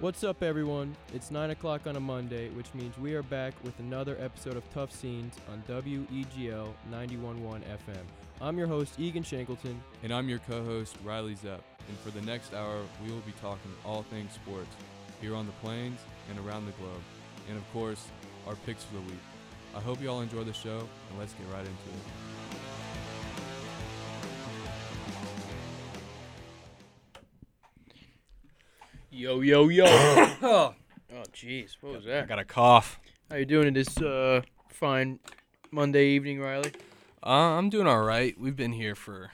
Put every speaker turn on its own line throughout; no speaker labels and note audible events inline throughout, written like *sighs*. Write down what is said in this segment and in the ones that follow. What's up, everyone? It's 9 o'clock on a Monday, which means we are back with another episode of Tough Scenes on E WEGL 91.1 FM. I'm your host, Egan Shankleton.
And I'm your co host, Riley Zepp. And for the next hour, we will be talking all things sports here on the plains and around the globe. And of course, our picks for the week. I hope you all enjoy the show, and let's get right into it.
Yo, yo, yo. *coughs*
*coughs*
oh, jeez. What was
I
that?
got a cough.
How you doing this uh, fine Monday evening, Riley?
Uh, I'm doing all right. We've been here for.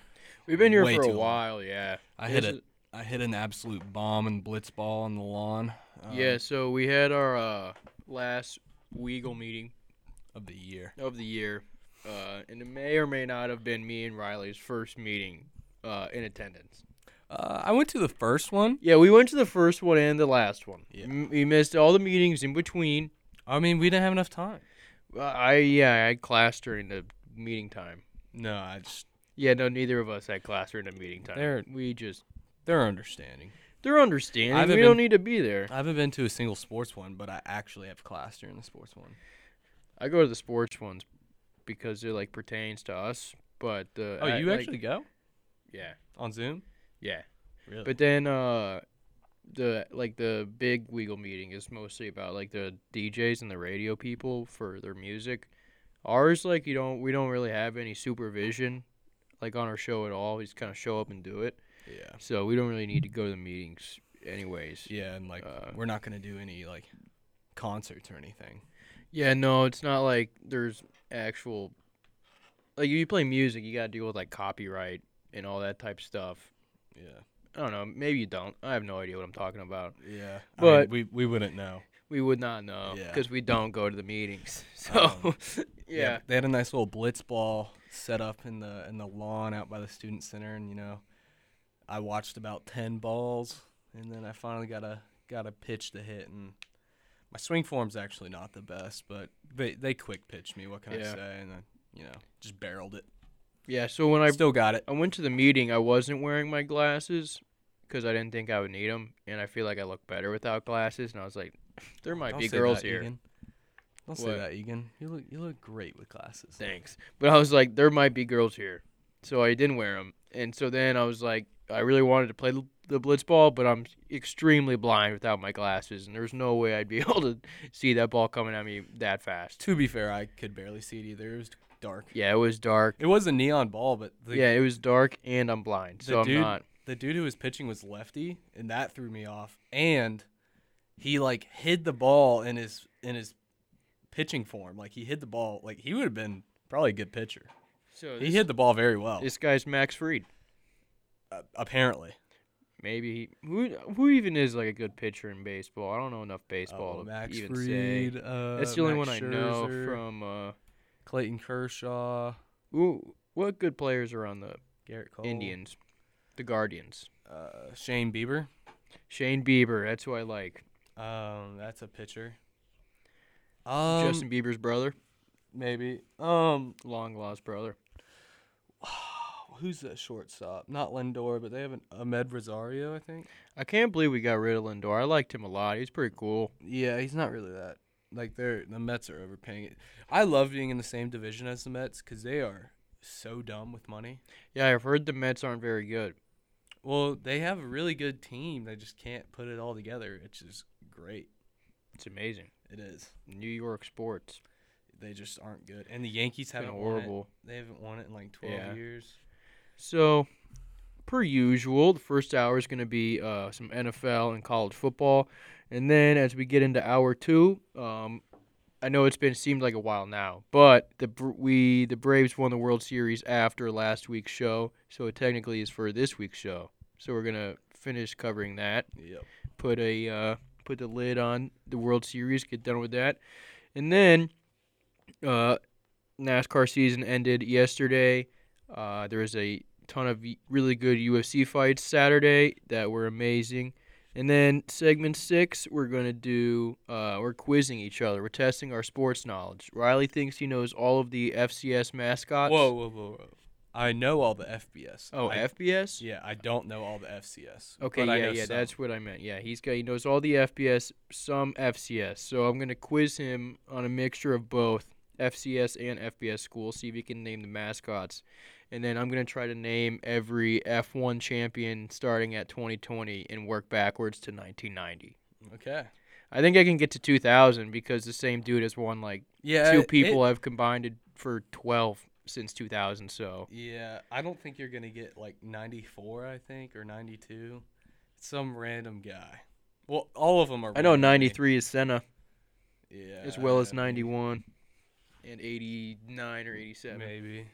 We've been here
Way
for
too
a
long.
while, yeah.
I hit
This
a, I hit an absolute bomb and blitz ball on the lawn. Uh,
yeah, so we had our uh, last Weagle meeting
Of the year.
of the year, uh, and it may or may not have been me and Riley's first meeting uh, in attendance.
Uh, I went to the first one.
Yeah, we went to the first one and the last one.
Yeah.
M- we missed all the meetings in between.
I mean, we didn't have enough time.
Uh, I yeah, I had class during the meeting time.
No, I just
Yeah, no, neither of us had class during the meeting time.
There-
we just
they're understanding.
they're understanding.
I
we
haven't
don't
been-
need to be there.
I haven't been to a single sports one, but I actually have class during the sports one.
I go to the sports ones because it like pertains to us. But uh,
Oh,
I-
you
like-
actually go
yeah
on Zoom?
yeah.
Really?
But then uh the like the big Weagle meeting is mostly about like the DJs and the radio people for their music. Ours like you don't we don't really have any supervision like on our show at all. We just kind of show up and do it.
yeah.
So we don't really need to go to the meetings anyways. Yeah,
Yeah, and like
Uh,
we're not gonna do any like concerts or anything.
no, it's not like there's actual like you play music, you got to deal with like copyright and all that type stuff.
Yeah.
I don't know, maybe you don't. I have no idea what I'm talking about.
Yeah.
But-
I mean, we we wouldn't know.
We would not know
Yeah. Um,
because we don't go to the meetings. *laughs* So, yeah.
but They had a nice little blitz ball set up in the in the lawn out by the student center, and you know, I watched about ten balls, and then I finally got a got a pitch to hit, and my swing form's actually not the best, but they they quick pitched me. What can I
Yeah.
say? And then you know, just barreled it.
yeah. So when
I
I
still got it.
I went to the meeting, I wasn't wearing my glasses because I didn't think I would need them, and I feel like I look better without glasses. And I was like, *laughs* there might
Don't
be
say
girls
that,
here.
Egan. Don't
What?
say that, Egan. You look you look great with glasses.
Thanks. But I was like, there might be girls here, so I didn't wear them. And so then I was like, I really wanted to play the- the blitz ball, but I'm extremely blind without my glasses, and there's no way I'd be *laughs* able to see that ball coming at me that fast.
To be fair, I could barely see it either. It was dark.
Yeah, it was dark.
It was a neon ball, but the,
yeah, it was dark, and I'm blind, so I'm
dude,
not.
The dude who was pitching was lefty, and that threw me off. And he like hid the ball in his in his pitching form. Like he hid the ball. Like he would have been probably a good pitcher.
So
He
this,
hid the ball very well.
this guy's Max Fried.
uh, apparently,
Maybe he, who who even is like a good pitcher in baseball? I don't know enough baseball
Oh,
to
Max
even
Fried.
say.
Uh,
That's the only
Max
one I know
Scherzer,
from. Uh,
Clayton Kershaw,
who, what good players are on the
Garrett Cole,
Indians, the Guardians?
uh, Shane Bieber.
Shane Bieber. That's who I like.
Um, that's a pitcher. Um,
Justin Bieber's brother,
maybe. Um,
long lost brother.
who's that shortstop? Not Lindor, but they have an Ahmed Rosario, I think.
I can't believe we got rid of Lindor. I liked him a lot. He's pretty cool.
Yeah, he's not really that. Like they're the Mets are overpaying it. I love being in the same division as the Mets because they are so dumb with money.
Yeah, I've heard the Mets aren't very good.
Well, they have a really good team. They just can't put it all together, which is great.
It's amazing.
It is.
New York sports.
They just aren't good. And the Yankees
Been
haven't Won
horrible.
it. They haven't won it in like twelve
Yeah.
years.
So, per usual, the first hour is going to be uh, some NFL and college football, and then as we get into hour two, um, I know it's been seemed like a while now, but the Br- we the Braves won the World Series after last week's show, so it technically is for this week's show. So we're gonna finish covering that,
Yep.
put a uh, put the lid on the World Series, get done with that, and then uh, NASCAR season ended yesterday. Uh, there was a ton of y- really good UFC fights Saturday that were amazing. And then segment six, we're gonna do uh, we're quizzing each other. We're testing our sports knowledge. Riley thinks he knows all of the FCS mascots.
Whoa, whoa, whoa, whoa! I know all the FBS.
Oh,
I,
FBS.
Yeah, I don't know all the FCS.
Okay,
but I
yeah,
know
yeah,
some.
that's what I meant. Yeah, he's got he knows all the FBS, some FCS. So I'm gonna quiz him on a mixture of both FCS and FBS schools. See if he can name the mascots, and then I'm gonna try to name every F1 champion starting at 2020 and work backwards to 1990.
okay.
I think I can get to 2000 because the same dude has won like
Yeah,
two
Uh, it-
people have combined it for 12 since 2000. So
Yeah, I don't think you're gonna get like 94, I think, or 92. Some random guy. Well, all of them are.
I know
random.
93 is Senna
Yeah.
as well as
I mean,
91 Uh, and 89 or 87.
Maybe,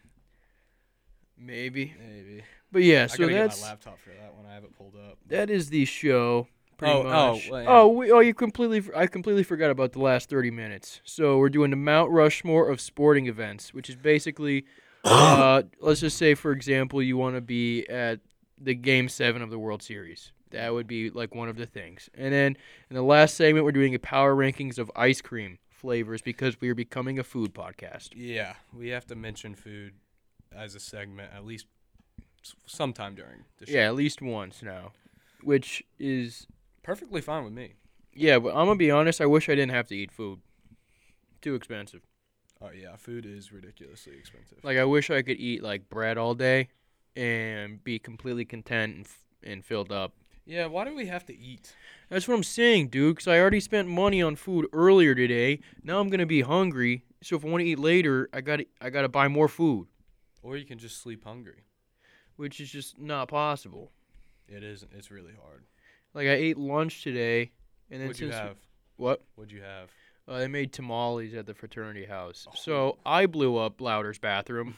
Maybe.
maybe. I
But yeah, so
gotta
that's
get my laptop for that one. I have it pulled up.
that is the show. Pretty
Oh, oh,
much.
well, yeah.
oh, we, oh, you completely. f- I completely forgot about the last thirty minutes. So we're doing the Mount Rushmore of sporting events, which is *coughs* basically, uh, let's just say, for example, you want to be at the Game Seven of the World Series. That would be like one of the things. And then in the last segment, we're doing a power rankings of ice cream flavors because we are becoming a food podcast.
Yeah, we have to mention food as a segment at least s- sometime during the show.
Yeah, at least once now, which is
perfectly fine with me.
Yeah, but I'm gonna be honest. I wish I didn't have to eat food. Too expensive.
Oh yeah, food is ridiculously expensive.
Like I wish I could eat like bread all day, and be completely content and, f- and filled up.
yeah, why do we have to eat?
That's what I'm saying, dude. Cause I already spent money on food earlier today. Now I'm gonna be hungry. So if I want to eat later, I gotta I gotta buy more food,
Or you can just sleep hungry.
which is just not possible.
It isn't. It's really hard.
Like I ate lunch today, and then
What'd you
since
have?
what
What'd you have?
uh, they made tamales at the fraternity house,
Oh.
so I blew up Louder's
*laughs*
bathroom.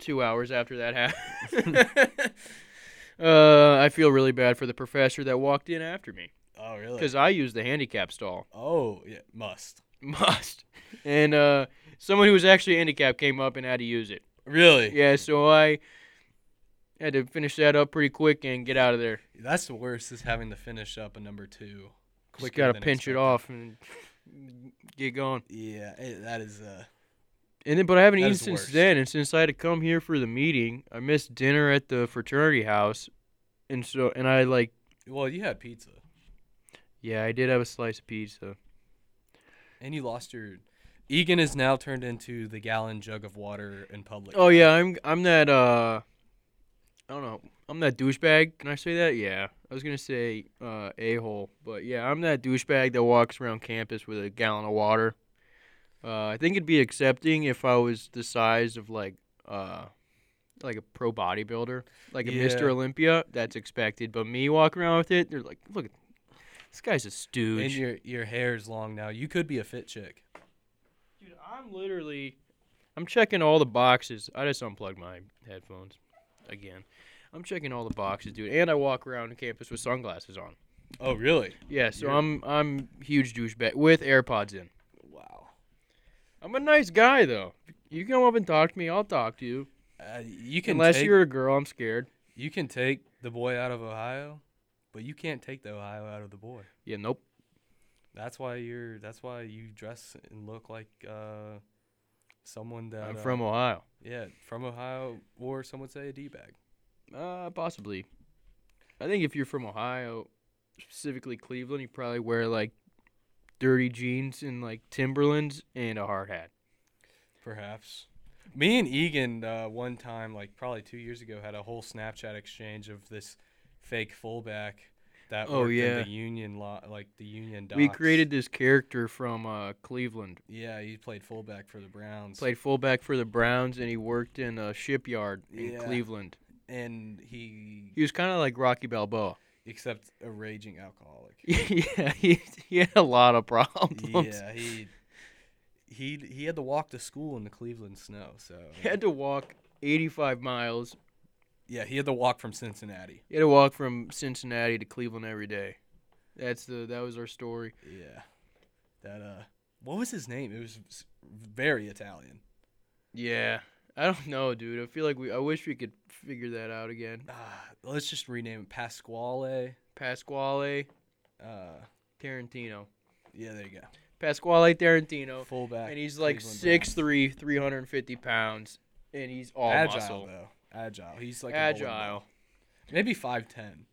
two hours after that happened. *laughs* uh, I feel really bad for the professor that walked in after me
oh really?
because I used the handicap stall. *laughs*
Oh, yeah, must.
Must. And uh, someone who was actually handicapped came up and had to use it.
Really?
Yeah, so I had to finish that up pretty quick and get out of there.
That's the worst is having to finish up a number two.
Just
quicker
got to
than
pinch it
expected.
off and get going.
Yeah, it, that is. Uh,
And then, but I haven't
That
eaten
is the
since
worst.
then. And since I had to come here for the meeting, I missed dinner at the fraternity house, and so and I like.
well, you had pizza,
Yeah, I did have a slice of pizza.
and you lost your. Egan is now turned into the gallon jug of water in public.
Oh yeah, I'm I'm that uh I don't know. I'm that douchebag. Can I say that? Yeah. I was gonna say uh a hole, but yeah, I'm that douchebag that walks around campus with a gallon of water. Uh I think it'd be accepting if I was the size of like uh like a pro bodybuilder. Like a
Yeah.
Mr. Olympia, that's expected. But me walking around with it, they're like, look at this guy's a stooge.
and your your hair is long now. You could be a fit chick.
Dude, I'm literally, I'm checking all the boxes. I just unplugged my headphones again. I'm checking all the boxes, dude, and I walk around campus with sunglasses on.
Oh really?
Yeah, so
You're-
I'm I'm huge douchebag with AirPods in.
Wow.
I'm a nice guy though. You come up and talk to me, I'll talk to you.
Uh, you can
Unless
take,
you're a girl, I'm scared.
you can take the boy out of Ohio, but you can't take the Ohio out of the boy.
Yeah, nope.
That's why you're. That's why you dress and look like uh, someone that
I'm
uh,
from Ohio.
Yeah, from Ohio, or some would say a D bag.
Uh, possibly. I think if you're from Ohio, specifically Cleveland, you probably wear like dirty jeans and like Timberlands and a hard hat.
Perhaps. Me and Egan, uh, one time, like probably two years ago, had a whole Snapchat exchange of this fake fullback that
Oh,
worked in
yeah.
the union lot, like the union. Docks.
We created this character from uh, Cleveland.
Yeah, he played fullback for the Browns.
Played fullback for the Browns, and he worked in a shipyard in
Yeah.
Cleveland.
and he,
He was kind of like Rocky Balboa. *laughs*
except a raging alcoholic.
yeah, he, he had a lot of *laughs* problems.
yeah, he. He, he had to walk to school in the Cleveland snow, so
He had to walk 85 miles.
yeah, he had to walk from Cincinnati.
He had to walk from Cincinnati to Cleveland every day. That's the that was our story.
Yeah, that uh, what was his name? It was s- very Italian.
Yeah, I don't know, dude. I feel like we. I wish we could figure that out again.
Ah, let's just rename him Pasquale.
Pasquale
Uh,
Tarantino.
yeah, there you go.
Pasquale Tarantino.
Fullback.
and he's like
Cleveland
six three, three hundred and fifty pounds, and he's all
agile
muscle.
though. Agile. He's like a bowling ball.
Agile,
Maybe five ten.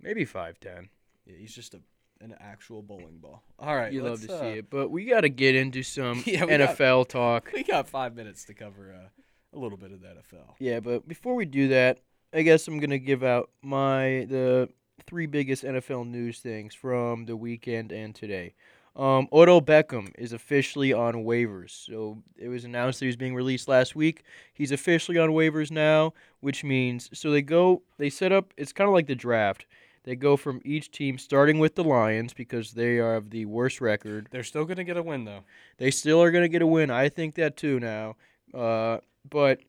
maybe five ten.
Yeah, he's just a an actual bowling ball. All right,
You love
let's,
to
uh,
see it, but we got to get into some
*laughs* Yeah, we got-
NFL talk.
We got five minutes to cover uh, a little bit of the NFL.
Yeah, but before we do that, I guess I'm gonna give out my the three biggest NFL news things from the weekend and today. Um, Odell Beckham is officially on waivers. So it was announced that he was being released last week. He's officially on waivers now, which means so they go they set up. It's kind of like the draft. They go from each team, starting with the Lions because they are of the worst record.
They're still gonna get a win though.
They still are going to get a win. I think that too now. Uh, but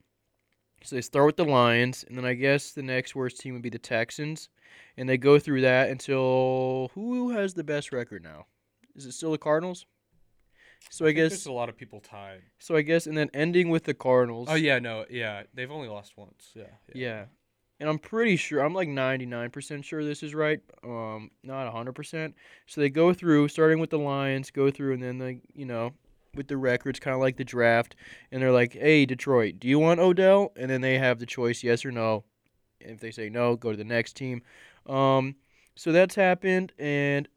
so they start with the Lions, and then I guess the next worst team would be the Texans, and they go through that until who has the best record now? Is it still the Cardinals? So I,
there's
guess.
a lot of people tied.
So I guess, and then ending with the Cardinals.
Oh yeah, no, yeah, they've only lost once. Yeah,
Yeah. And I'm pretty sure I'm like 99% sure this is right. Um not 100%. So they go through starting with the Lions, go through and then they, you know, with the records kind of like the draft and they're like, "Hey Detroit, do you want Odell?" And then they have the choice yes or no. And if they say no, go to the next team. Um so that's happened and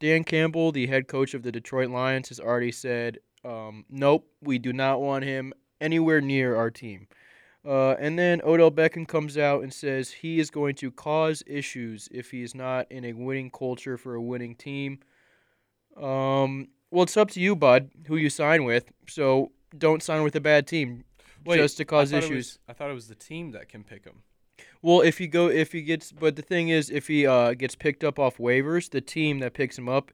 Dan Campbell, the head coach of the Detroit Lions has already said, um, "Nope, we do not want him anywhere near our team." Uh, and then Odell Beckham comes out and says he is going to cause issues if he is not in a winning culture for a winning team. Um, well, it's up to you, bud, who you sign with. So don't sign with a bad team
Wait,
just to
I
cause
thought it
issues.
was- I thought it was the team that can pick them.
Well, if he go, if he gets, but the thing is, if he uh, gets picked up off waivers, the team that picks him up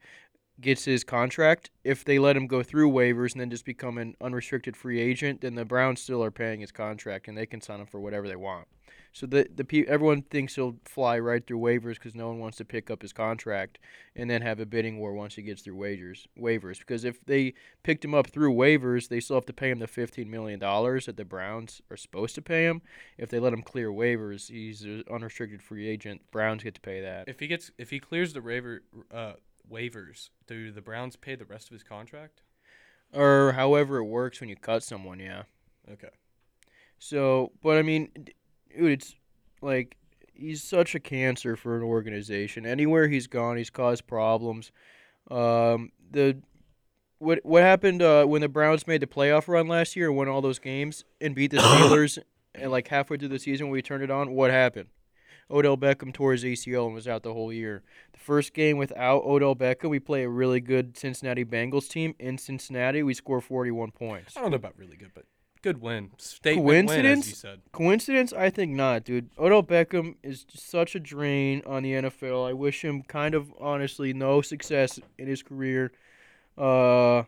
gets his contract. If they let him go through waivers and then just become an unrestricted free agent, then the Browns still are paying his contract, and they can sign him for whatever they want. So the the pe- everyone thinks he'll fly right through waivers because no one wants to pick up his contract and then have a bidding war once he gets through waivers waivers. Because if they picked him up through waivers, they still have to pay him the fifteen million dollars that the Browns are supposed to pay him. If they let him clear waivers, he's an unrestricted free agent. Browns get to pay that.
If he gets, if he clears the waiver uh, waivers, do the Browns pay the rest of his contract?
or however it works when you cut someone, yeah.
Okay.
So, but I mean, d- dude, it's like he's such a cancer for an organization. Anywhere he's gone, he's caused problems. Um, the what what happened uh, when the Browns made the playoff run last year, and won all those games, and beat the Steelers, and like halfway through the season, when we turned it on, what happened? Odell Beckham tore his ACL and was out the whole year. The first game without Odell Beckham, we play a really good Cincinnati Bengals team in Cincinnati. We score 41 points.
I don't know about really good, but good win. Statement win, as
Coincidence?
you said.
Coincidence? I think not, dude. Odell Beckham is just such a drain on the NFL. I wish him kind of honestly no success in his career. Uh,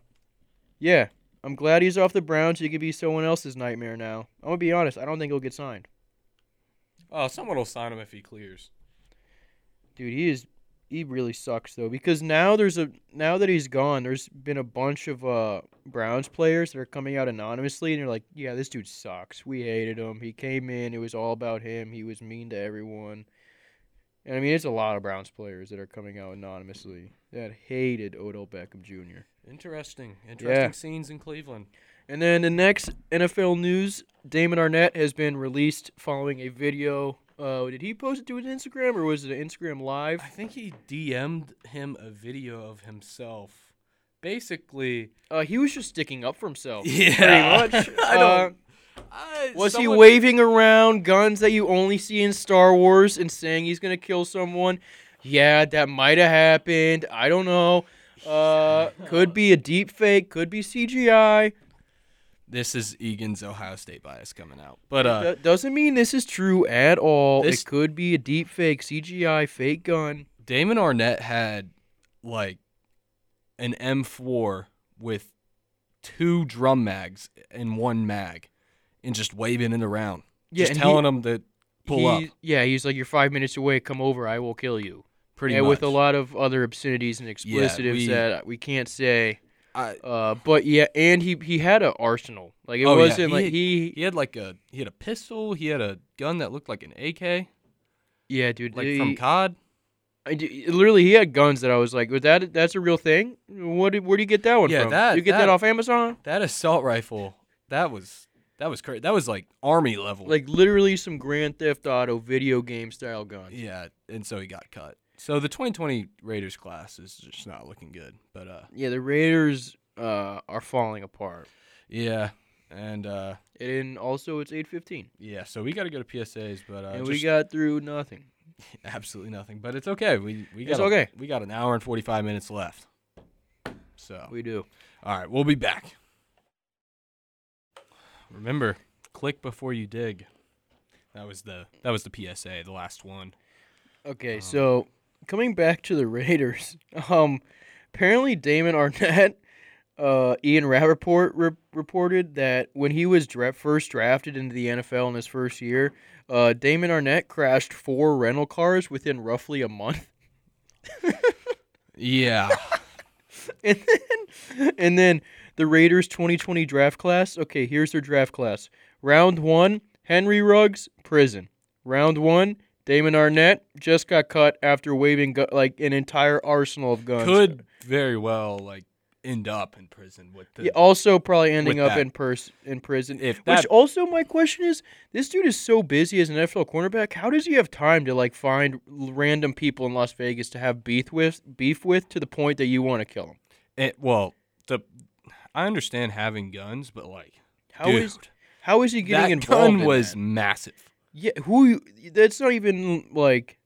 yeah, I'm glad he's off the Browns. He could be someone else's nightmare now. I'm gonna be honest. I don't think he'll get signed,
Oh, someone will sign him if he clears.
dude. He is. He really sucks though because now there's a now that he's gone, there's been a bunch of uh Browns players that are coming out anonymously and they're like, yeah, this dude sucks. We hated him. He came in. It was all about him. He was mean to everyone. And I mean, it's a lot of Browns players that are coming out anonymously that hated Odell Beckham Jr.
Interesting. Interesting scenes in Cleveland.
And then the next NFL news: Damon Arnett has been released following a video. Uh, did he post it to his Instagram or was it an Instagram live?
I think he DM'd him a video of himself. Basically,
Uh, he was just sticking up for himself.
*laughs* Yeah.
pretty much.
*laughs* I
Uh,
don't- I,
was
someone-
he waving around guns that you only see in Star Wars and saying he's gonna kill someone? Yeah, that might have happened. I don't know. Uh, could be a deep fake. Could be CGI.
This is Egan's Ohio State bias coming out. But
Do-
uh,
doesn't mean this is true at all.
This-
It could be a deep fake, CGI, fake gun.
Damon Arnett had like an M4 with two drum mags and one mag, and just waving it around,
Yeah,
just
and
telling
he-
him to pull up.
He- Yeah, he's like, you're five minutes away. Come over. I will kill you.
Pretty
yeah,
much.
with a lot of other obscenities and explicitives
we-
that we can't say.
I-
Uh, but yeah, and he he had an arsenal. Like it
Oh, yeah,
wasn't
he
like
had-
he.
He had like a he had a pistol. He had a gun that looked like an AK,
Yeah, dude.
like
he-
from COD.
I d- literally, he had guns that I was like, "Was that that's a real thing? What did, where do you get that one
Yeah,
from?
that-
you get that,
that-
off Amazon?
That assault rifle. That was That was crazy. That was like army level.
Like literally some Grand Theft Auto video game style guns.
yeah, and so he got cut. So the 2020 Raiders class is just not looking good. But uh,
Yeah, the Raiders uh, are falling apart.
yeah, and uh,
And also, it's eight fifteen,
yeah. So we got to go to PSAs, but uh,
and
just
we got through nothing.
*laughs* absolutely nothing. But it's okay. We we got
It's
a-
okay.
We got an hour and 45 minutes left. So
We do.
All right, we'll be back. Remember, click before you dig. That was the that was the PSA, the last one.
Okay,
Um,
so coming back to the *laughs* Raiders, um, apparently Damon Arnett, uh, Ian Rappaport re- reported that when he was dra- first drafted into the NFL in his first year, uh, Damon Arnett crashed four rental cars within roughly a month, *laughs*
Yeah.
and then, and then the Raiders 2020 draft class. Okay, here's their draft class: round one, Henry Ruggs, prison. Round one. Damon Arnett just got cut after waving gu- like an entire arsenal of guns.
Could very well like end up in prison with the
Yeah, oh, also probably ending
with
up
that.
in pers- in prison.
if that
Which also my question is, this dude is so busy as an NFL cornerback. How does he have time to like find l- random people in Las Vegas to have beef with, beef with to the point that you want to kill him?
it, well, the I understand having guns, but like
How is
dude,
how is he getting
that
involved?
gun
in
was
that?
massive.
yeah. Who you- that's not even like.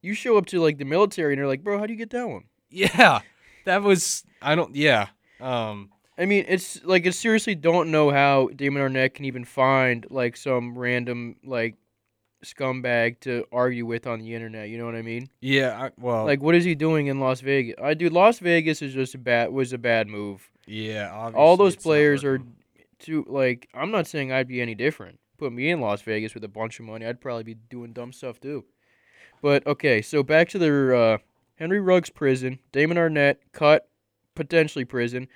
You show up to like the military and they're like, bro, how do you get that one?
Yeah. That was I don't yeah. Um
I mean, it's like I seriously don't know how Damon Arnett can even find like some random like scumbag to argue with on the internet. You know what I mean?
yeah, I, well
Like, what is he doing in Las Vegas? I dude, Las Vegas is just a bad was a bad move.
yeah, obviously
All those
it's not
players are
working.
too like. I'm not saying I'd be any different. Put me in Las Vegas with a bunch of money, I'd probably be doing dumb stuff too. But okay, so back to their uh, Henry Ruggs prison, Damon Arnett cut, potentially prison.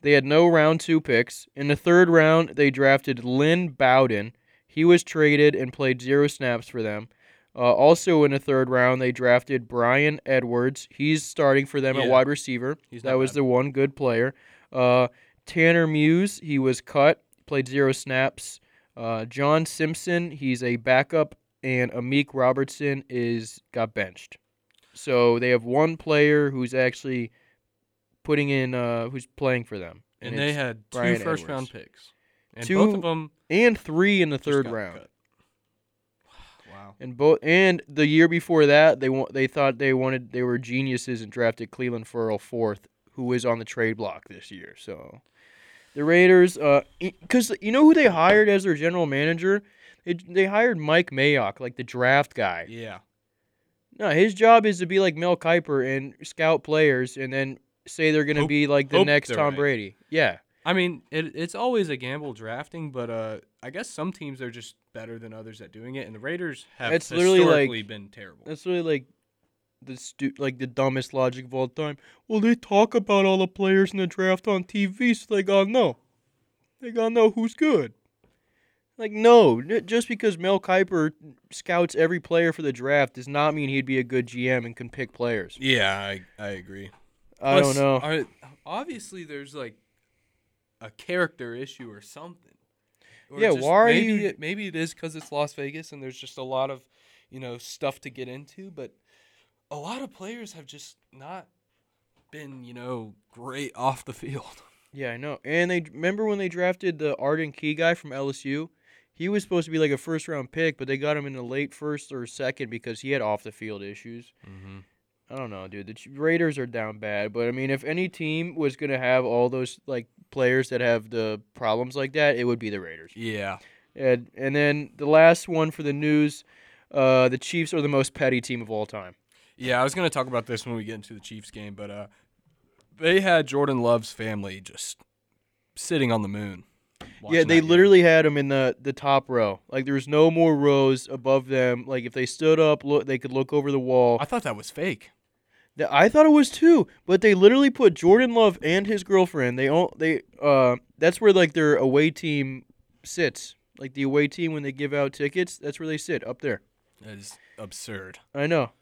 They had no round two picks. In the third round, they drafted Lynn Bowden. He was traded and played zero snaps for them. Uh, also in the third round, they drafted Brian Edwards. He's starting for them at
Yeah.
wide receiver.
He's
that
not
was
bad.
the one good player. Uh, Tanner Muse, he was cut, played zero snaps. Uh, John Simpson, he's a backup, and Amik Robertson is got benched. So they have one player who's actually putting in, uh, who's playing for them,
and they
it's-
had two
Brian
first round picks, and both
Two
of them
and three in the third round.
Wow.
And both and the year before that, they want they thought they wanted they were geniuses and drafted Cleveland Furl fourth, who is on the trade block this year. So, the Raiders, because you know who they hired as their general manager, they they hired Mike Mayock, like the draft guy.
Yeah,
No, his job is to be like Mel Kiper and scout players, and then say they're gonna
Hope-
be like the
hope
next
they're
Tom
right.
Brady. Yeah,
I mean it, it's always a gamble drafting, but uh, I guess some teams are just better than others at doing it, and the Raiders have
It's literally, like-
historically been terrible.
that's really like. The stu- like the dumbest logic of all time. Well, they talk about all the players in the draft on TV, so they gotta know. They gotta know who's good. Like, no, n- just because Mel Kiper scouts every player for the draft does not mean he'd be a good GM and can pick players.
Yeah, I, I agree.
I don't know.
Are, obviously, there's like a character issue or something. Or
Yeah, why are
maybe
you-
It, maybe it is because it's Las Vegas and there's just a lot of, you know, stuff to get into. But a lot of players have just not been, you know, great *laughs* off the field.
Yeah, I know. And they remember when they drafted the Arden Key guy from LSU? He was supposed to be like a first round pick, but they got him in the late first or second because he had off the field issues.
Mm-hmm.
I don't know, dude. The Ch- Raiders are down bad, but I mean, if any team was gonna have all those like players that have the problems like that, it would be the Raiders.
Yeah.
And and then the last one for the news, uh, the Chiefs are the most petty team of all time.
Yeah, I was going to talk about this when we get into the Chiefs game, but uh, they had Jordan Love's family just sitting on the moon.
yeah,
watching
they
that game.
literally had them in the the top row. Like there was no more rows above them. Like if they stood up, look, they could look over the wall.
I thought that was fake.
Th- I thought it was too, but they literally put Jordan Love and his girlfriend. They all they uh that's where like their away team sits. Like the away team when they give out tickets, that's where they sit up there.
That is absurd.
I know.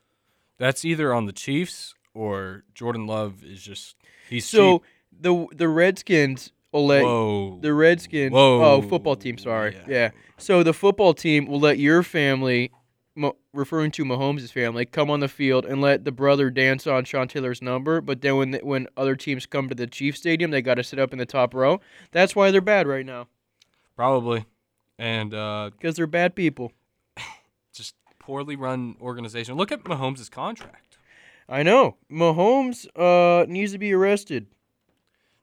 That's either on the Chiefs or Jordan Love is just he's
So
cheap.
the the Redskins let
Whoa.
the Redskins.
Whoa.
Oh, football team. Sorry.
Yeah.
Yeah. So the football team will let your family, Mo- referring to Mahomes' family, come on the field and let the brother dance on Sean Taylor's number. But then when when other teams come to the Chiefs Stadium, they got to sit up in the top row. That's why they're bad right now
Probably. And uh,
because they're bad people.
just poorly run organization. Look at Mahomes' contract.
I know Mahomes uh, needs to be arrested.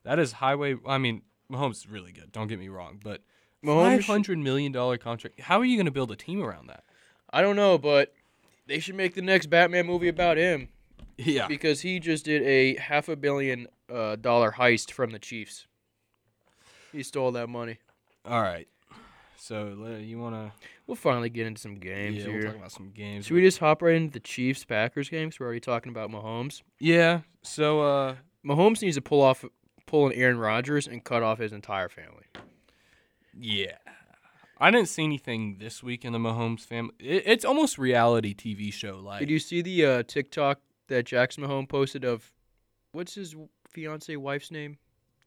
That is highway. I mean, Mahomes is really good. Don't get me wrong, but
Mahomes
five hundred million dollar contract. How are you going to build a team around that?
I don't know, but they should make the next Batman movie about him
*laughs* Yeah,
because he just did a half a billion uh, dollar heist from the Chiefs. He stole that money.
All right. So le- you want to?
We'll finally get into some games
Yeah,
here.
we'll talk about some games.
should we just hop right into the Chiefs Packers game? 'Cause we're already talking about Mahomes.
yeah. So uh,
Mahomes needs to pull off, pull an Aaron Rodgers and cut off his entire family.
yeah. I didn't see anything this week in the Mahomes family. It, it's almost reality TV show like.
Did you see the uh, TikTok that Jackson Mahomes posted of what's his fiance wife's name?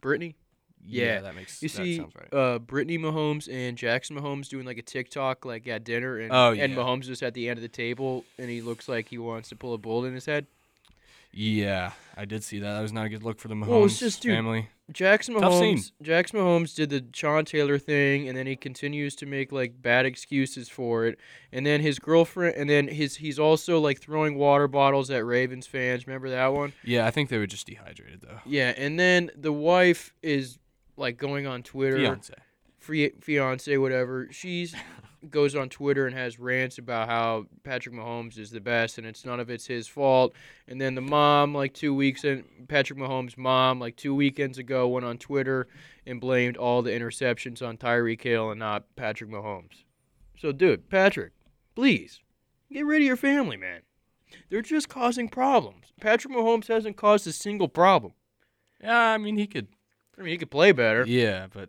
Brittany.
yeah,
yeah.
that makes
You
that
see,
sounds right.
uh, Brittany Mahomes and Jackson Mahomes doing like a TikTok like at dinner, and
Oh,
and
yeah.
Mahomes just at the end of the table, and he looks like he wants to pull a bullet in his head.
yeah, I did see that. That was not a good look for the Mahomes
Well, it's just, dude,
family.
Jackson
Tough scene.
Mahomes, Jackson Mahomes did the Sean Taylor thing, and then he continues to make like bad excuses for it. And then his girlfriend, and then his he's also like throwing water bottles at Ravens fans. Remember that one?
Yeah, I think they were just dehydrated though.
Yeah. And then the wife is like going on Twitter.
Fiance.
free fiance, whatever.
*laughs*
She's goes on Twitter and has rants about how Patrick Mahomes is the best and it's none of it's his fault. And then the mom, like two weeks in, Patrick Mahomes' mom, like two weekends ago, went on Twitter and blamed all the interceptions on Tyreek Hill and not Patrick Mahomes. So, dude, Patrick, please get rid of your family, man. They're just causing problems. Patrick Mahomes hasn't caused a single problem.
Yeah, I mean he could.
I mean, he could play better,
Yeah, but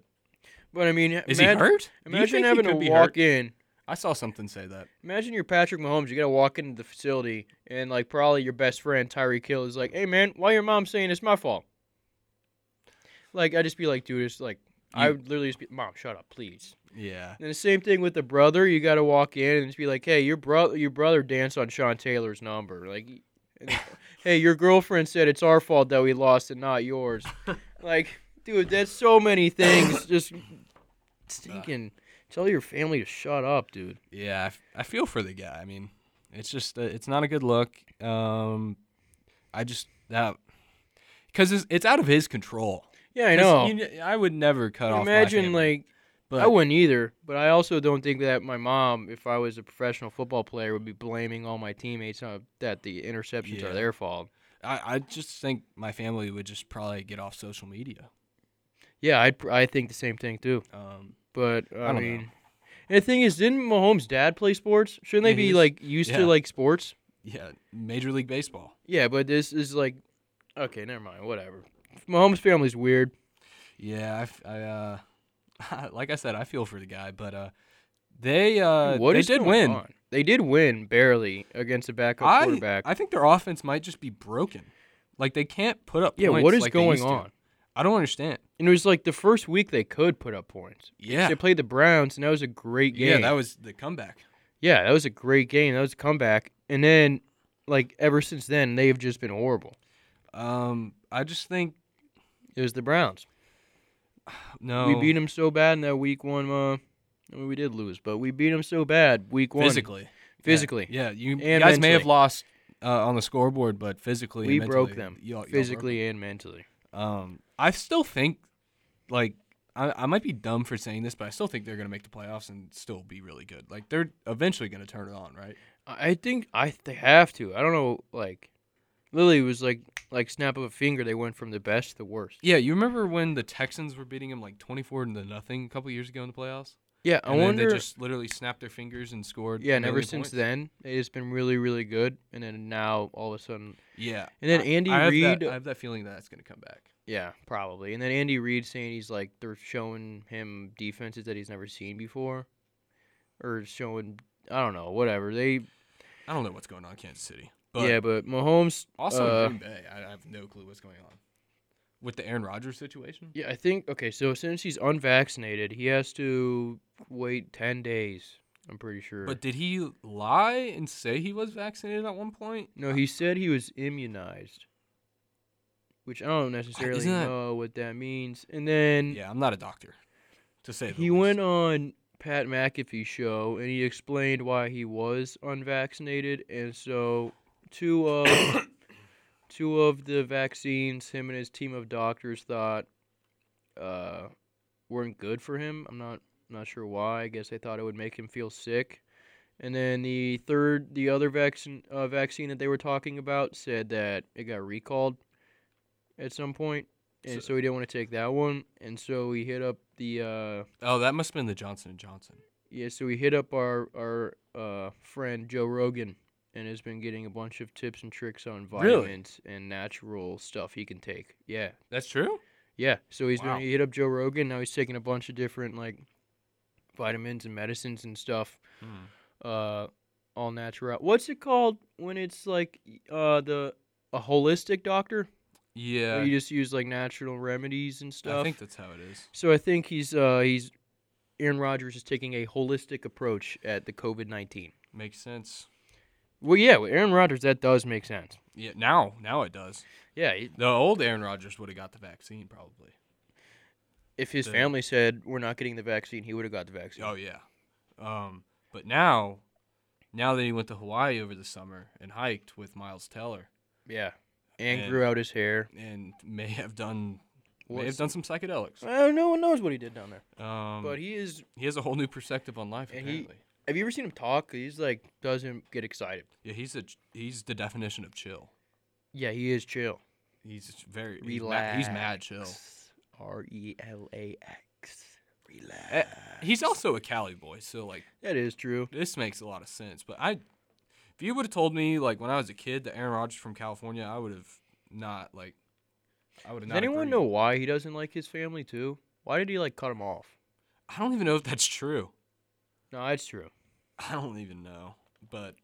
but I mean,
is
imagine,
he hurt? Do you
Imagine
think he
having
could
to
be
walk
hurt?
in
I saw something say that.
Imagine you're Patrick Mahomes. You gotta walk into the facility, and like probably your best friend Tyreek Hill is like, "Hey man, why your mom saying it's my fault?" Like I'd just be like, dude, it's like I
You-
would literally just be, "Mom, shut up, please."
Yeah.
And the same thing with the brother. You gotta walk in and just be like, "Hey, your brother, your brother danced on Sean Taylor's number." Like, and
*laughs*
then, "Hey, your girlfriend said it's our fault that we lost and not
*laughs*
yours." like, dude, that's so many things.
*coughs*
Just stinking. Tell your family to shut up, dude.
Yeah, I, f- I feel for the guy. I mean, it's just uh, it's not a good look. Um, I just that because it's, it's out of his control.
Yeah, I
'Cause
know.
you kn- I would never cut off. my
Imagine
family,
like
but
I wouldn't either, but I also don't think that my mom, if I was a professional football player, would be blaming all my teammates on, that the interceptions
Yeah.
are their fault.
I, I just think my family would just probably get off social media.
Yeah, I I think the same thing too.
Um,
But I,
don't know.
mean, and the thing is, didn't Mahomes' dad play sports? Shouldn't they
Yeah, he
be
was-
like used
yeah.
to like sports?
yeah, Major League Baseball.
Yeah, but this is like, okay, never mind, whatever. Mahomes' family's weird.
Yeah, I, f- I, uh, *laughs* like I said, I feel for the guy, but uh, they uh,
what
they
is
did
going
win.
on? They did win barely against a backup
I,
quarterback.
I think their offense might just be broken. Like they can't put up.
yeah,
points
what is
like they
going
used to.
on?
I don't understand.
And it was like the first week they could put up points.
Yeah.
They played the Browns, and that was a great game.
Yeah, that was the comeback.
yeah, that was a great game. That was a comeback. And then, like, ever since then, they have just been horrible.
Um, I just think
It was the Browns.
no.
We beat them so bad in that week one. Uh, I mean, we did lose, but we beat them so bad week one.
physically.
Physically.
Yeah, you,
And
you guys may
mentally.
have lost uh, on the scoreboard, but physically,
We
and
broke
mentally,
them
y'all- y'all broke
physically and mentally.
them. Um, I still think, like, I, I might be dumb for saying this, but I still think they're gonna make the playoffs and still be really good. Like they're eventually gonna turn it on, right?
I I think I they have to. I don't know. Like, Lily was like like snap of a finger. They went from the best to the worst.
Yeah, you remember when the Texans were beating them like twenty four to nothing a couple years ago in the playoffs?
Yeah, I
and then
wonder.
they just literally snapped their fingers and scored.
yeah,
a
and ever
million
since
points.
then, it's been really, really good. And then now, all of a sudden,
Yeah,
And then
I-
Andy
I have that-
Reid-
I have that feeling that that's gonna come back.
Yeah, probably. And then Andy Reid saying he's like they're showing him defenses that he's never seen before, or showing I don't know whatever they.
I don't know what's going on in Kansas City. But
yeah, but Mahomes
also in
uh,
Green Bay, I I have no clue what's going on. with the Aaron Rodgers situation?
Yeah, I think okay. So since he's unvaccinated, he has to wait ten days. I'm pretty sure.
But did he lie and say he was vaccinated at one point?
no, he said he was immunized, which I don't necessarily
isn't that-
know what that means. And then
Yeah, I'm not a doctor. To say the
Mm. he
least.
went on Pat McAfee's show and he explained why he was unvaccinated, and so two of *coughs* two of the vaccines him and his team of doctors thought uh, weren't good for him. I'm not not sure why. I guess they thought it would make him feel sick. And then the third, the other vaccine uh, vaccine that they were talking about said that it got recalled at some point, and so, he didn't want to take that one, and so he hit up the. Uh,
Oh, that must have been the Johnson and Johnson.
yeah, so we hit up our our uh, friend Joe Rogan and has been getting a bunch of tips and tricks on
Really?
vitamins and natural stuff he can take. Yeah,
That's true.
yeah. So he's
Wow.
been he hit up Joe Rogan. Now he's taking a bunch of different like vitamins and medicines and stuff.
Hmm.
Uh, all natural. What's it called when it's like y- uh the a holistic doctor? Where
Yeah,
you just use like natural remedies and stuff.
I think that's how it is.
So I think he's uh he's Aaron Rodgers is taking a holistic approach at the COVID nineteen.
Makes sense.
Well, yeah, with Aaron Rodgers, that does make sense.
Yeah, now now it does.
Yeah, he-
The old Aaron Rodgers would have got the vaccine probably.
if his
The-
family said we're not getting the vaccine, he would have got the vaccine.
Oh yeah. Um, but now, now that he went to Hawaii over the summer and hiked with Miles Teller
Yeah, and
And-
grew out his hair.
and may have done may have
Was-
done some psychedelics.
Well, no one knows what he did down there,
Um,
but he is.
he has a whole new perspective on life.
And he-
Apparently,
Have you ever seen him talk? He's like doesn't get excited.
yeah, he's a he's the definition of chill.
Yeah, he is chill.
He's just very he's mad,
Relax.
he's mad chill.
R e l a x. Relax.
Eh, He's also a Cali boy, so like
That is true.
this makes a lot of sense. But I, if you would have told me like when I was a kid that Aaron Rodgers from California, I would have not like. I would
Does
have not.
anyone
agreed.
know why he doesn't like his family too? Why did he like cut him off?
I don't even know if that's true. *laughs*
No, that's true.
I don't even know, but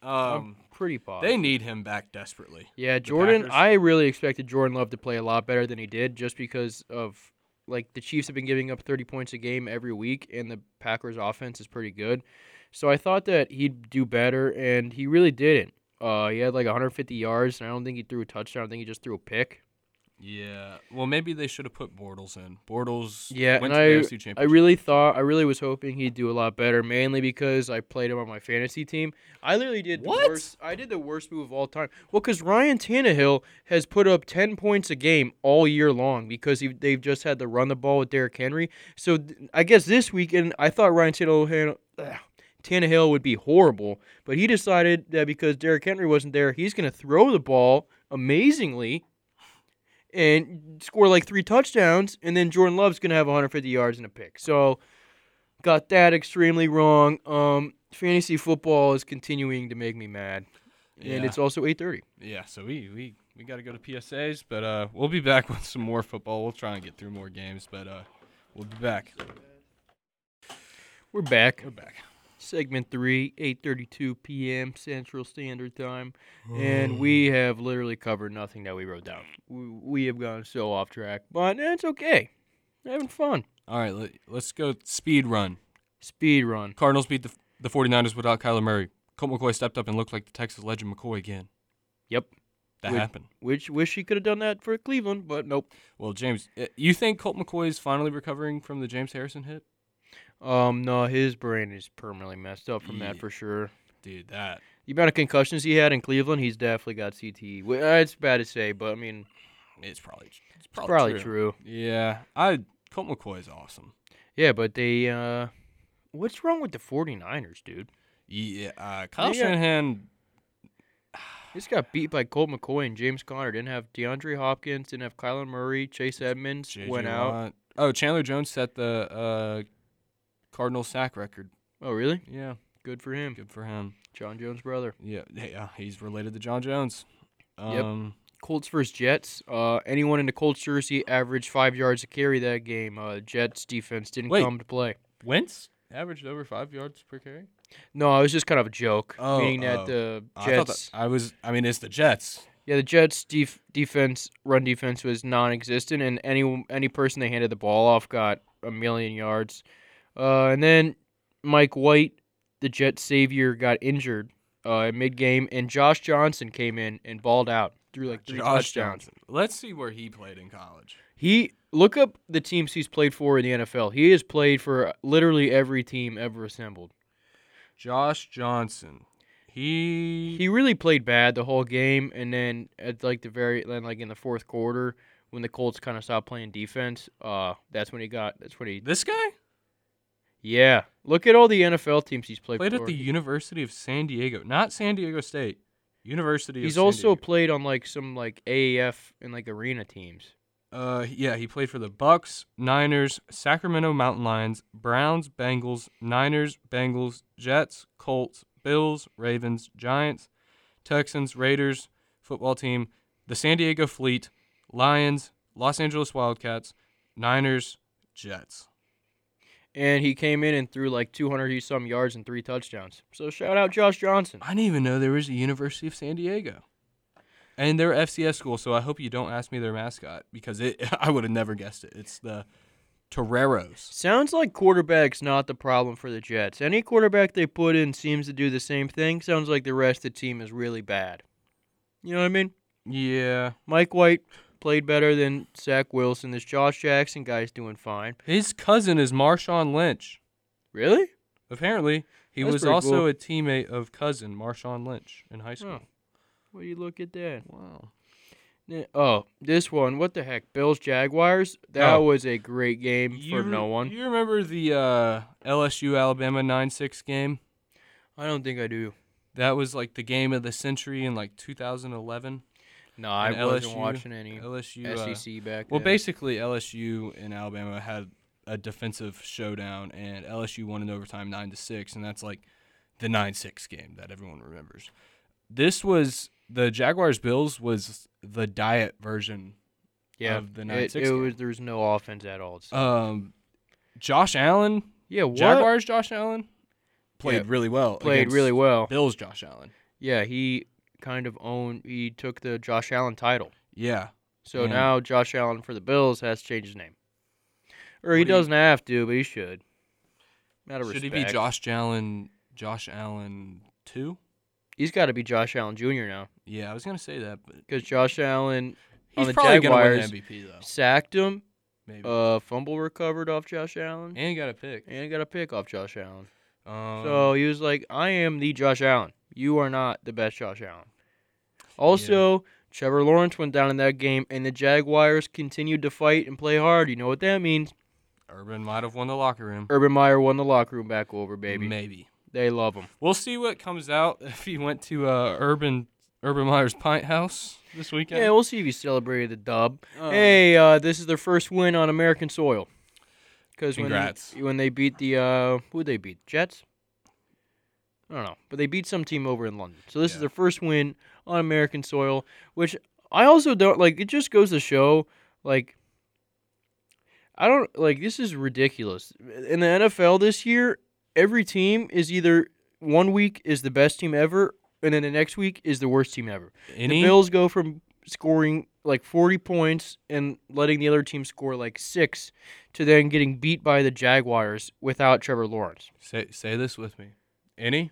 um,
I'm pretty positive.
they need him back desperately.
Yeah, Jordan.
Packers?
I really expected Jordan Love to play a lot better than he did, just because of like the Chiefs have been giving up 30 points a game every week, and the Packers' offense is pretty good. So I thought that he'd do better, and he really didn't. Uh, he had like 150 yards, and I don't think he threw a touchdown. I think he just threw a pick.
Yeah. Well, maybe they should have put Bortles in. Bortles.
Yeah,
went
and
to
I-
the AFC
I
Championship.
really thought, I really was hoping he'd do a lot better, mainly because I played him on my fantasy team. I literally did
What?
the worst. I did the worst move of all time. Well, because Ryan Tannehill has put up ten points a game all year long because he, they've just had to run the ball with Derrick Henry. So th- I guess this weekend I thought Ryan Tannehill. *sighs* ugh, Tannehill would be horrible, but he decided that because Derrick Henry wasn't there, he's going to throw the ball amazingly and score like three touchdowns, and then Jordan Love's going to have 150 yards and a pick. So got that extremely wrong. Um, fantasy football is continuing to make me mad, and
Yeah.
it's also 8:30.
yeah. So we we we got to go to PSAs, but uh, we'll be back *laughs* with some more football. We'll try and get through more games, but uh, we'll be back.
We're back.
We're back.
Segment three, 8:32 p.m. Central Standard Time,
*sighs*
and we have literally covered nothing that we wrote down. We, we have gone so off track, but that's okay. We're having fun.
All right. Let, let's go speed run.
Speed run.
Cardinals beat the the 49ers without Kyler Murray. Colt McCoy stepped up and looked like the Texas legend McCoy again.
Yep.
That
Wait.
happened.
Which wish he could have done that for Cleveland, but nope.
Well, James, uh, you think Colt McCoy is finally recovering from the James Harrison hit?
Um, no, his brain is permanently messed up from that
Yeah.
for sure.
Dude, that
The amount of concussions he had in Cleveland, he's definitely got CTE. Wh- uh, It's bad to say, but I mean,
it's probably it's
it's
probably,
probably true.
Oh, true. Yeah, I Colt McCoy is awesome.
Yeah, but they, uh, what's wrong with the 49ers, dude?
Yeah, uh, Kyle
They got-
Shanahan.
This got beat by Colt McCoy and James Conner. Didn't have DeAndre Hopkins, didn't have Kyler Murray, Chase Edmonds
JJ
went out.
Watt- Oh, Chandler Jones set the uh, Cardinal sack record.
Oh, really?
Yeah,
Good for him.
good for him.
John Jones' brother.
Hmm. Yeah, yeah, he's related to John Jones.
Yep.
Um,
Colts versus Jets. Uh, anyone in the Colts jersey averaged five yards a carry that game. Uh, Jets defense didn't
Wait.
come to play.
Wentz averaged over five yards per carry.
No, it was just kind of a joke,
Oh,
meaning
oh.
that the
I thought that-
Jets.
I was. I mean, it's the Jets.
Yeah, the Jets' def- defense, run defense, was non-existent, and any any person they handed the ball off got a million yards. Uh, and then Mike White, the Jets' savior, got injured uh, in mid-game, and Josh Johnson came in and balled out, threw like three
Josh
touchdowns.
Johnson. Let's see where he played in college.
He look up the teams he's played for in the NFL. He has played for literally every team ever assembled.
Josh Johnson. He
He really played bad the whole game, and then at like the very then like in the fourth quarter when the Colts kind of stopped playing defense, uh, that's when he got. That's when he.
this guy
Yeah, look at all the NFL teams he's played,
played
for.
at the University of San Diego, not San Diego State. University.
he's
of San
also
Diego.
played on like some like AAF and like arena teams.
Uh, yeah, he played for the Bucks, Niners, Sacramento Mountain Lions, Browns, Bengals, Niners, Bengals, Jets, Colts, Bills, Ravens, Giants, Texans, Raiders, football team, the San Diego Fleet, Lions, Los Angeles Wildcats, Niners, Jets.
And he came in and threw like 200 some yards and three touchdowns. So shout out Josh Johnson.
I didn't even know there was a University of San Diego. And they're FCS school, so I hope you don't ask me their mascot because it *laughs* I would have never guessed it. It's the Toreros.
Sounds like quarterback's not the problem for the Jets. Any quarterback they put in seems to do the same thing. Sounds like the rest of the team is really bad. You know what I mean?
Yeah.
Mike White played better than Zach Wilson. This Josh Jackson guy's doing fine.
His cousin is Marshawn Lynch.
Really?
Apparently, he
That's
was
pretty
also
cool.
a teammate of cousin Marshawn Lynch in high school.
Well, you look at that.
Wow.
N- Oh, this one. What the heck? Bills Jaguars. That
Oh.
was a great game for no one.
You remember the uh, LSU Alabama 9 6 game?
I don't think I do.
That was like the game of the century in like 2011.
No, I
And
wasn't
LSU
watching any
LSU. uh,
SEC back
well,
then.
basically, LSU and Alabama had a defensive showdown, and LSU won in overtime 9 to 6, and that's like the 9 6 game that everyone remembers. This was the Jaguars Bills was the diet version
yeah,
of the
it,
9-6
it
game.
was. There was no offense at all. It's-
Um, Josh Allen,
yeah, what?
Jaguars Josh Allen played
Yeah,
really well.
played
against
really well.
Bills Josh Allen.
Yeah, he kind of owned. He took the Josh Allen title.
Yeah.
So
Yeah.
now Josh Allen for the Bills has to change his name, or he
What do you-
doesn't have to, but he should. Out of
Should he
respect,
be Josh Allen? Josh Allen two?
He's got to be Josh Allen Jr. now
Yeah, I was gonna say that, but
because Josh Allen
he's
the
probably
Jaguars,
gonna win the MVP though.
sacked him.
Maybe.
Uh, fumble recovered off Josh Allen,
and got a pick.
and got a pick off Josh Allen.
Um,
So he was like, I am the Josh Allen. You are not the best Josh Allen. Also, Trevor Lawrence went down in that game, and the Jaguars continued to fight and play hard. You know what that means.
Urban might have won the locker room.
Urban Meyer won the locker room back over, baby.
Maybe.
They love him.
We'll see what comes out *laughs* if he went to uh, Urban Urban Meyer's Pint House this
Yeah.
weekend.
we'll see if he celebrated the dub.
Um,
hey, uh, this is their first win on American soil. Because when, they-
Congrats.
when they beat the, uh, who they beat? Jets? I don't know. But they beat some team over in London. So this is
Yeah.
their first win on American soil, which I also don't, like, it just goes to show, like, I don't, like, this is ridiculous. In the NFL this year, every team is either one week is the best team ever, and then the next week is the worst team ever.
Any
The Bills go from scoring like 40 points and letting the other team score like six to then getting beat by the Jaguars without Trevor Lawrence.
say say this with me. Any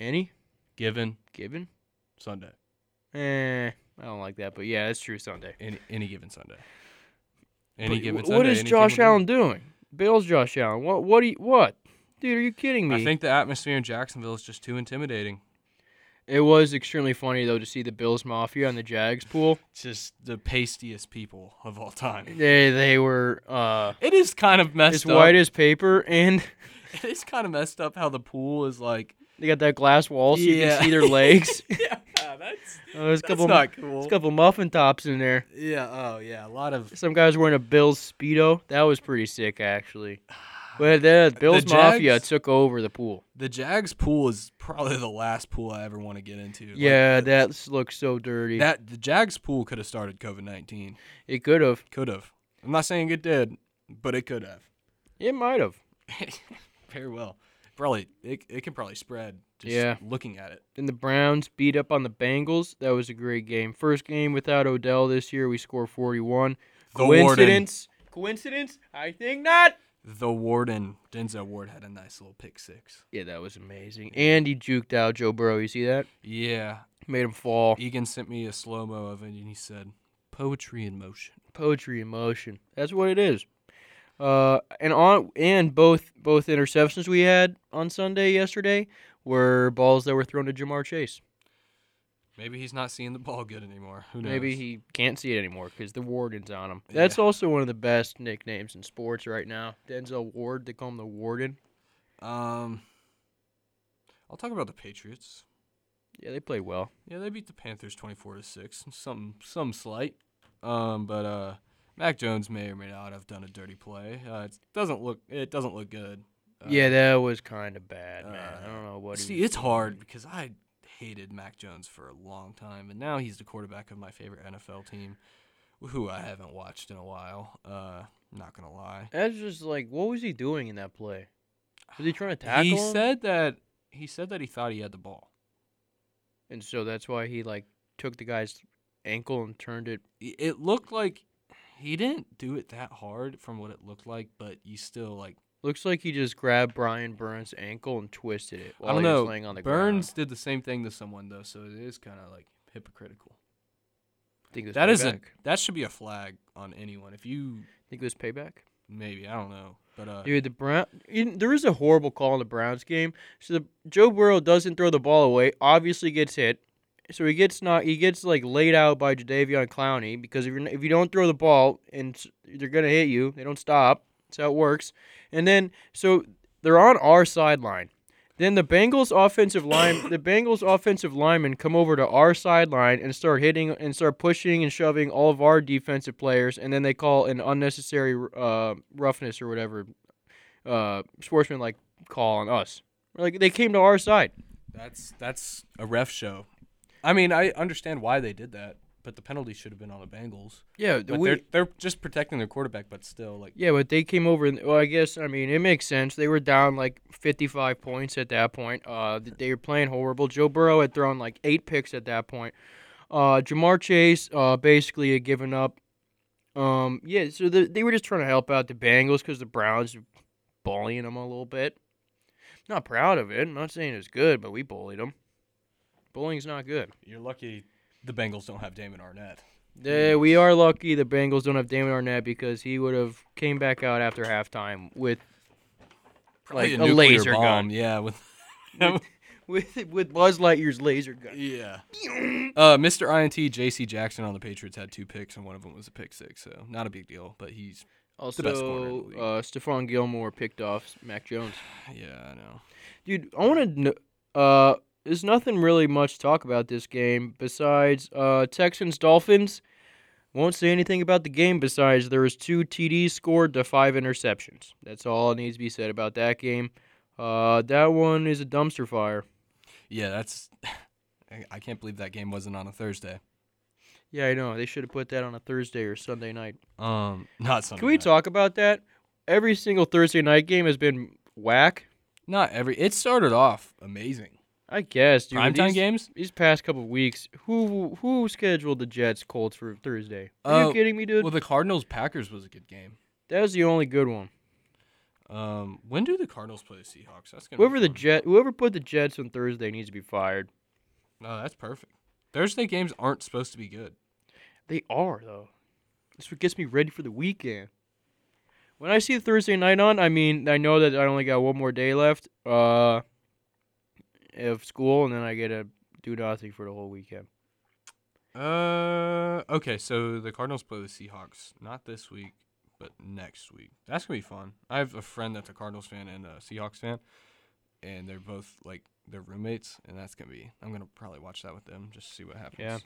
Any
given
given?
Sunday.
Eh, I don't like that, but yeah, it's true Sunday.
Any any given Sunday. Any
But
given
wh-
Sunday.
What is
any
Josh
given
Allen doing? Bills Josh Allen. What what do you, what? Dude, are you kidding
week.
me?
I think the atmosphere in Jacksonville is just too intimidating.
it was extremely funny though to see the Bills Mafia on the Jags pool.
Just the pastiest people of all time.
They they were uh
It is kind of messed
as
up.
white as paper and *laughs*
*laughs* it is kind of messed up how the pool is like. *laughs*
they got that glass wall so you
Yeah.
can see their
*laughs*
legs.
yeah, that's,
Uh, there's a
that's
couple
not cool.
There's a couple muffin tops in there.
Yeah. Oh, yeah. A lot of
Some guys wearing a Bills speedo. That was pretty sick, actually. But the Bills Mafia
Jags?
took over the pool.
the Jags pool is probably the last pool I ever want to get into. Like,
yeah, that s- looks so dirty.
that the Jags pool could have started COVID nineteen.
it could have.
Could have. I'm not saying it did, but it *laughs* could have.
It might have.
Very well. Probably it, it can probably spread
just
Yeah.
looking at it.
Then the Browns beat up on the Bengals. That was a great game. First game without Odell this year. We score 41.
The
Coincidence? Coincidence? I think not.
warden, the warden, Denzel Ward had a nice little pick six.
Yeah, that was amazing. And he juked out Joe Burrow. You see that?
Yeah.
Made him fall.
Egan sent me a slow mo of it and he said, Poetry in motion.
Poetry in motion. That's what it is. Uh, and on and both both interceptions we had on Sunday yesterday were balls that were thrown to Jamar Chase.
Maybe he's not seeing the ball good anymore. Who knows?
Maybe he can't see it anymore because the warden's on him. That's also one of the best nicknames in sports right now. Denzel Ward, they call him the warden.
Um, I'll talk about the Patriots.
Yeah, they play well.
Yeah, they beat the Panthers twenty-four to six. Some some slight. Um, but uh, Mac Jones may or may not have done a dirty play. Uh, it doesn't look it doesn't look good. Uh,
yeah, that was kind of bad, man. I
uh,
don't know what. he
See,
was
it's
doing.
hard because I hated Mac Jones for a long time, and now he's the quarterback of my favorite NFL team, who I haven't watched in a while. Uh, not gonna lie.
That's just like, what was he doing in that play? Was he trying to tackle
he
him?
said that he said that he thought he had the ball.
and so that's why he like took the guy's ankle and turned it.
i- it looked like he didn't do it that hard from what it looked like, but you still like
Looks like he just grabbed Brian Burns' ankle and twisted it while
I don't
he
know.
was laying on the
Burns
ground.
did the same thing to someone though, so it is kind of like hypocritical.
Think it was
That
payback?
isn't that should be a flag on anyone. If you
Think it was payback.
maybe I don't know, but uh,
Dude, the Brown. in- There is a horrible call in the Browns game. So the, Joe Burrow doesn't throw the ball away. Obviously gets hit. So he gets not. He gets like laid out by Jadavion Clowney because if you if you don't throw the ball and s- they're gonna hit you, they don't stop. That's how it works. And then so they're on our sideline. Then the Bengals offensive line, the Bengals offensive linemen come over to our sideline and start hitting and start pushing and shoving all of our defensive players, and then they call an unnecessary uh, roughness or whatever uh, sportsman like call on us. Like they came to our side.
that's that's a ref show. I mean, I understand why they did that, but the penalty should have been on the Bengals.
Yeah,
But they're they're just protecting their quarterback, but still like
yeah, but they came over. And, well, I guess I mean it makes sense. They were down like fifty-five points at that point. Uh, th- they were playing horrible. Joe Burrow had thrown like eight picks at that point. Uh, Jamar Chase uh, basically had given up. Um, yeah, so the, they were just trying to help out the Bengals because the Browns were bullying them a little bit. Not proud of it. not saying it's good, but we bullied them. Bullying's not good.
you're lucky the Bengals don't have Damon Arnett.
Yeah, we are lucky the Bengals don't have Damon Arnett because he would have came back out after halftime with like a,
nuclear
laser
bomb,
gun
yeah, with
*laughs* *laughs* with with Buzz Lightyear's laser gun.
Yeah. Uh, Mr. INT J.C. Jackson on the Patriots had two picks, and one of them was a pick six, so not a big deal. But he's
Also,
best corner in the league.
uh, Stephon Gilmore picked off Mac Jones.
yeah, I know.
Dude, I want to. Kn- uh, there's nothing really much to talk about this game besides uh, Texans Dolphins. Won't say anything about the game besides there was two TDs scored to five interceptions. That's all that needs to be said about that game. Uh, that one is a dumpster fire.
Yeah, that's. *laughs* I- I can't believe that game wasn't on a Thursday.
Yeah, I know. They should have put that on a Thursday or Sunday night.
Um, not Sunday.
Can we
night.
talk about that? Every single Thursday night game has been whack.
Not every. It started off amazing.
I guess, dude.
Primetime
these,
games.
These past couple of weeks, who who scheduled the Jets Colts for Thursday? Are
Oh,
you kidding me, dude?
Well, the Cardinals Packers was a good game.
that was the only good one.
Um, when do the Cardinals play the Seahawks? That's gonna. be
Whoever the
fun.
Jet, whoever put the Jets on Thursday needs to be fired.
No, Oh, that's perfect. Thursday games aren't supposed to be good.
They are though. That's what gets me ready for the weekend. When I see Thursday night on, I mean, I know that I only got one more day left uh, of school, and then I get to do nothing for the whole weekend.
Uh, okay. So the Cardinals play the Seahawks not this week, but next week. That's gonna be fun. I have a friend that's a Cardinals fan and a Seahawks fan, and they're both like they're roommates, and that's gonna be. I'm gonna probably watch that with them just to see what happens.
Yeah.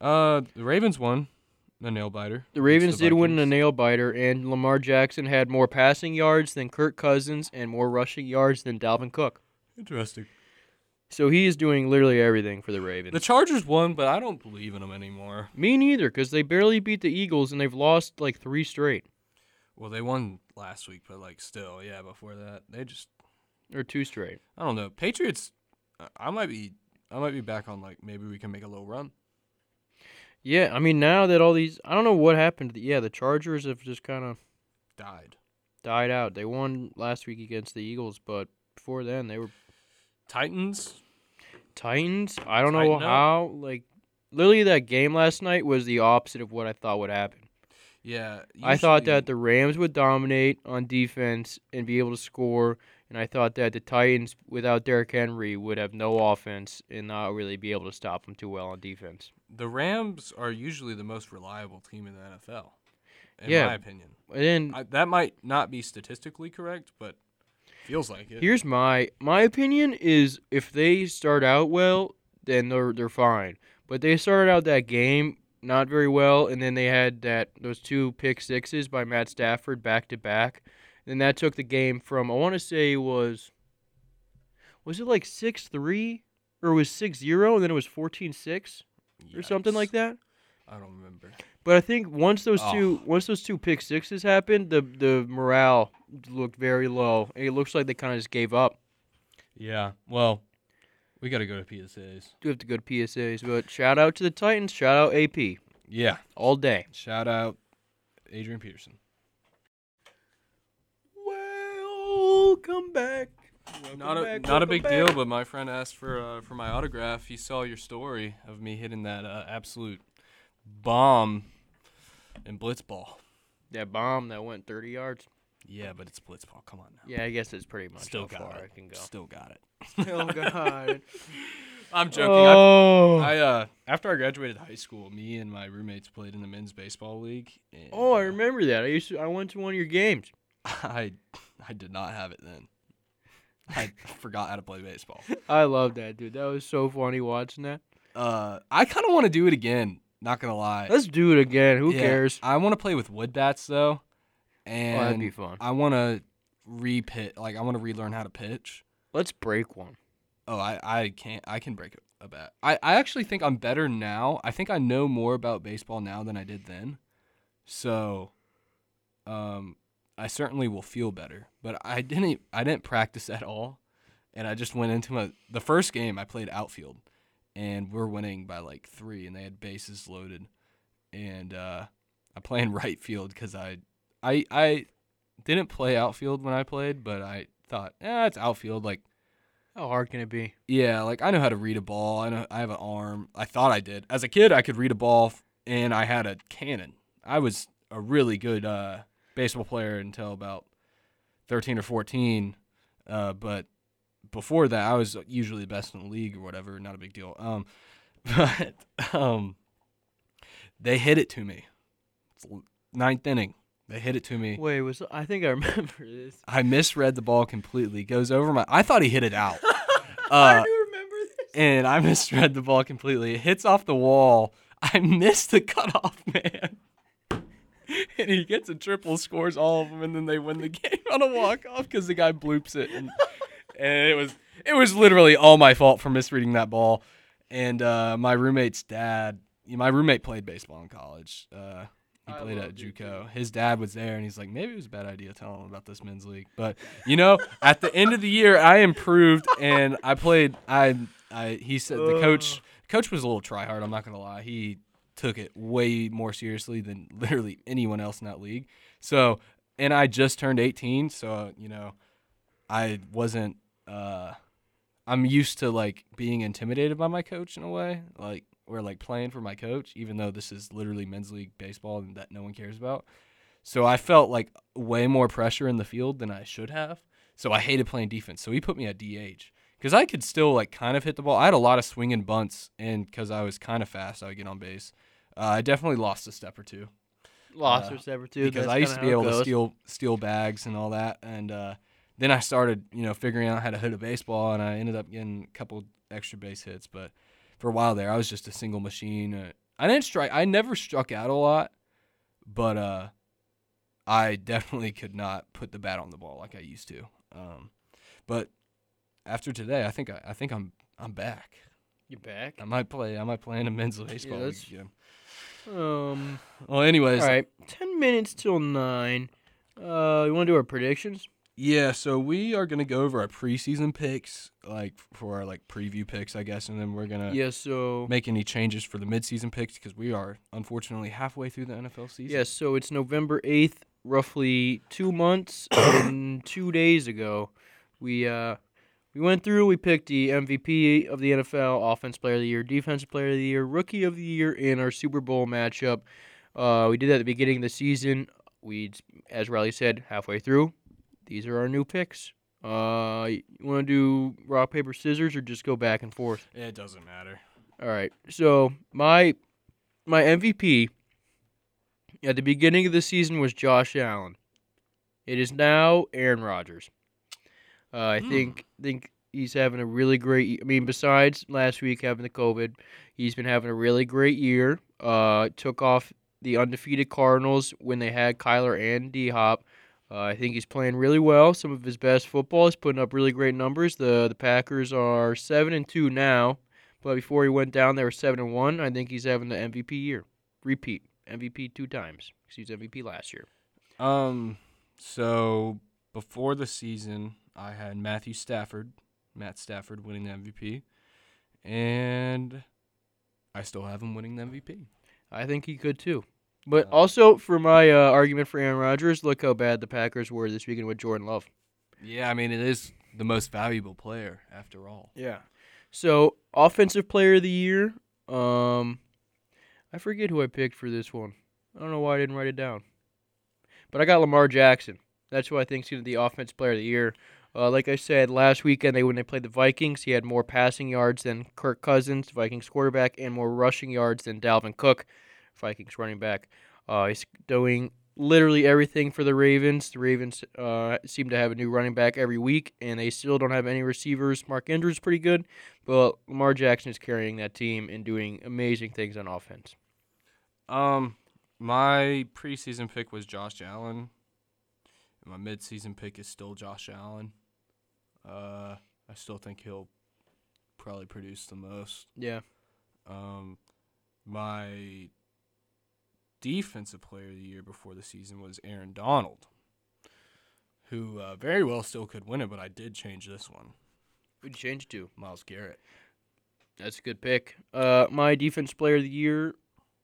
Uh, the Ravens won, the nail biter.
The Ravens did win a
Vikings.
nail biter, and Lamar Jackson had more passing yards than Kirk Cousins and more rushing yards than Dalvin Cook.
Interesting.
So he is doing literally everything for the Ravens.
The Chargers won, but I don't believe in them anymore.
me neither, because they barely beat the Eagles, and they've lost like three straight
Well, they won last week, but like still, yeah. Before that, they just
or two straight.
I don't know. Patriots. I- I might be I might be back on like maybe we can make a little run.
Yeah, I mean now that all these, I don't know what happened. To the, yeah, the Chargers have just kind of
Died.
died out. They won last week against the Eagles, but before then they were
Titans.
Titans. I don't know
Tighten up.
how. Like literally, that game last night was the opposite of what I thought would happen.
Yeah.
I thought
usually-
that the Rams would dominate on defense and be able to score, and I thought that the Titans, without Derrick Henry, would have no offense and not really be able to stop them too well on defense.
the Rams are usually the most reliable team in the NFL, in
Yeah.
my opinion.
And then
I, that might not be statistically correct, but feels like it.
here's my my opinion is if they start out well, then they're they're fine. But they started out that game not very well, and then they had that those two pick sixes by Matt Stafford back to back, and that took the game from I want to say it was was it like six three or it was six zero, and then it was 14-6 or something
Yikes.
like that.
I don't remember.
But I think once those
Oh.
two once those two pick sixes happened, the the morale looked very low. It looks like they kind of just gave up.
Yeah. Well, we got to go to PSAs.
do have to go to PSAs, but shout out to the Titans, shout out AP
Yeah.
all day.
Shout out Adrian Peterson.
Welcome back.
Not a
back,
not a
welcome
big
back.
deal, but my friend asked for uh, for my autograph. He saw your story of me hitting that uh, absolute bomb in blitzball.
That bomb that went 30 yards.
Yeah, but it's blitzball. Come on now.
Yeah, I guess it's pretty much
Still
how
got
far
it.
I can go.
Still got it. *laughs*
Oh *laughs* God.
I'm joking. I
oh.
I uh after I graduated high school, me and my roommates played in the men's baseball league. And,
oh, I
uh,
remember that. I used to, I went to one of your games.
*laughs* I I did not have it then. I forgot how to play baseball.
I love that, dude. That was so funny watching that.
Uh, I kind of want to do it again. Not gonna lie.
Let's do it again. Who
Yeah,
cares?
I want to play with wood bats though,
Oh,
and
that'd be fun.
I want to repit. Like I want to relearn how to pitch.
Let's break one.
Oh, I I can't. I can break a bat. I I actually think I'm better now. I think I know more about baseball now than I did then. So, um, I certainly will feel better. But I didn't. I didn't practice at all, and I just went into my the first game. I played outfield, and we're winning by like three, and they had bases loaded, and uh, I play in *laughs* right field because I I I didn't play outfield when I played, but I thought, eh, it's outfield like.
How hard can it be?
Yeah, like I know how to read a ball. I know I have an arm. I thought I did. As a kid, I could read a ball, f- and I had a cannon. I was a really good uh, baseball player until about thirteen or fourteen. Uh, but before that, I was usually the best in the league or whatever. Not a big deal. Um, *laughs* but um, they hit it to me. It's l- ninth inning, they hit it to me.
Wait, was I think I remember *laughs* this.
I misread the ball completely. Goes over my. I thought he hit it out. Uh,
do remember this.
and I *laughs* misread the ball completely. It hits off the wall. I missed the cutoff *laughs* man. And he gets a triple, scores all of them, and then they win the game on a walk off because the guy bloops it. And, and it was it was literally all my fault for misreading that ball. And uh, my roommate's dad, my roommate played baseball in college. Uh, he
I
played at
loved it,
JUCO. His dad was there, and he's like, maybe it was a bad idea telling him about this men's league. But you know, at the end of the year, I improved and I played. I, I he said the coach coach was a little tryhard. I'm not gonna lie. He took it way more seriously than literally anyone else in that league. So, and I just turned 18, so you know, I wasn't. uh I'm used to like being intimidated by my coach in a way, like or like playing for my coach, even though this is literally men's league baseball and that no one cares about. So I felt like way more pressure in the field than I should have. So I hated playing defense. So he put me at DH because I could still like kind of hit the ball. I had a lot of swing and bunts, and because I was kind of fast, I would get on base. Uh, I definitely lost a step or two
Lost
Uh,
or sever too.
because
that's
I used to
kinda
be
how it
able to
goes.
steal steal bags and all that, and uh, then I started you know figuring out how to hit a baseball, and I ended up getting a couple extra base hits. But for a while there, I was just a single machine. Uh, I didn't strike. I never struck out a lot, but uh, I *laughs* definitely could not put the bat on the ball like I used to. Um, but after today, I think I, I think I'm I'm back.
You back?
I might play. I might play in a men's baseball league
that's-
again.
Um.
Well, anyways,
All right, ten minutes till nine. Uh, you want to do our predictions?
Yeah, so we are gonna go over our preseason picks, like for our like preview picks, I guess, and then we're
Uh,
gonna
Yeah, so
make any changes for the midseason picks because we are unfortunately halfway through the NFL season.
Yes, so it's November 8th, roughly two months and two days ago. We uh, we went through, we picked the MVP of the NFL, Offense Player of the Year, Defensive Player of the Year, Rookie of the Year in our Super Bowl matchup. Uh, we did that at the beginning of the season. We, as Riley said, halfway through. These are our new picks. Uh, you want to do rock, paper, scissors, or just go back and forth?
It doesn't matter.
All right. So my my MVP at the beginning of the season was Josh Allen. It is now Aaron Rodgers. Uh, I think think he's having a really great. I mean, besides last week having the COVID, he's been having a really great year. Uh, took off the undefeated Cardinals when they had Kyler and D Hop. Uh, I think he's playing really well. Some of his best football. He's putting up really great numbers. the The Packers are seven and two now, but before he went down, they were seven and one. I think he's having the MVP year. Repeat MVP two times. 'cause He was MVP last year.
Um, so before the season, I had Matthew Stafford, Matt Stafford winning the MVP, and I still have him winning the MVP.
I think he could too. But also for my uh, argument for Aaron Rodgers, look how bad the Packers were this weekend with Jordan Love.
Yeah, I mean it is the most valuable player after all.
Yeah. So offensive player of the year. Um, I forget who I picked for this one. I don't know why I didn't write it down. But I got Lamar Jackson. That's who I think's gonna be the offensive player of the year. Uh, like I said last weekend, they when they played the Vikings, he had more passing yards than Kirk Cousins, Vikings quarterback, and more rushing yards than Dalvin Cook, Vikings running back. Uh, he's doing literally everything for the Ravens. The Ravens uh, seem to have a new running back every week, and they still don't have any receivers. Mark Andrews is pretty good, but Lamar Jackson is carrying that team and doing amazing things on offense.
Um, my preseason pick was Josh Allen. And my midseason pick is still Josh Allen. Uh, I still think he'll probably produce the most.
Yeah.
Um, my defensive player of the year before the season was Aaron Donald, who uh, very well still could win it, but I did change this one.
Who'd change to?
Miles Garrett.
That's a good pick. Uh, my defense player of the year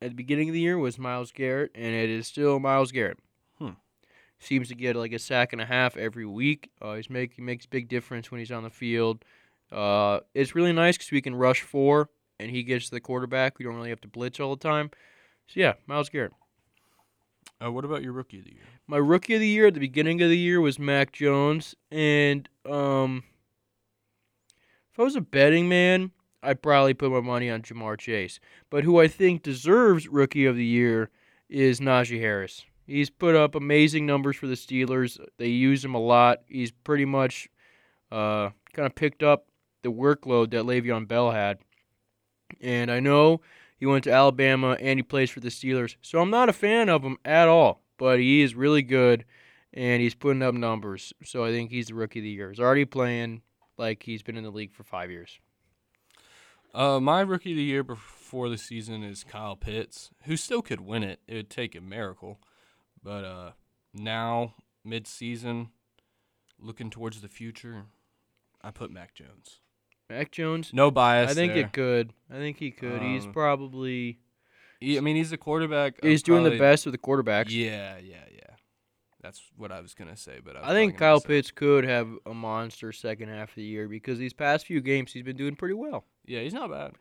at the beginning of the year was Miles Garrett, and it is still Miles Garrett.
Hmm.
Seems to get like a sack and a half every week. Uh, he's make he makes big difference when he's on the field. Uh, it's really nice because we can rush four, and he gets to the quarterback. We don't really have to blitz all the time. So yeah, Miles Garrett.
Uh, what about your rookie of the year?
My rookie of the year at the beginning of the year was Mac Jones, and um, if I was a betting man, I'd probably put my money on Jamar Chase. But who I think deserves rookie of the year is Najee Harris. He's put up amazing numbers for the Steelers. They use him a lot. He's pretty much uh, kind of picked up the workload that Le'Veon Bell had, and I know he went to Alabama and he plays for the Steelers. So I'm not a fan of him at all, but he is really good and he's putting up numbers. So I think he's the rookie of the year. He's already playing like he's been in the league for five years.
Uh, my rookie of the year before the season is Kyle Pitts, who still could win it. It would take a miracle, but uh, now mid-season, looking towards the future, I put Mac Jones.
Mac Jones,
No bias.
I think
there.
it could. I think he could. he's
Um,
probably
He- I mean, he's a quarterback. of
he's doing the
probably-
best with the quarterbacks.
Yeah, yeah, yeah. That's what I was gonna say, but I, was
I think
probably gonna
Kyle
say-
Pitts could have a monster second half of the year because these past few games he's been doing pretty well.
Yeah, he's not bad.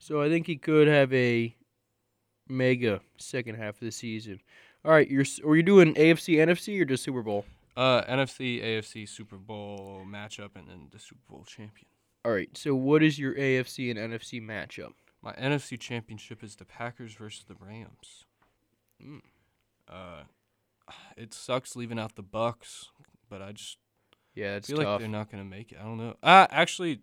So I think he could have a mega second half of the season. All right, you're s- were you doing AFC, NFC, or just Super Bowl?
Uh, NFC, AFC Super Bowl matchup, and then the Super Bowl champion.
All right. So what is your AFC and NFC matchup?
My NFC championship is the Packers versus the Rams.
Mm.
Uh, it sucks leaving out the Bucks, but I just
Yeah, it's
feel like
tough.
they're not gonna make it. I don't know. Uh, actually,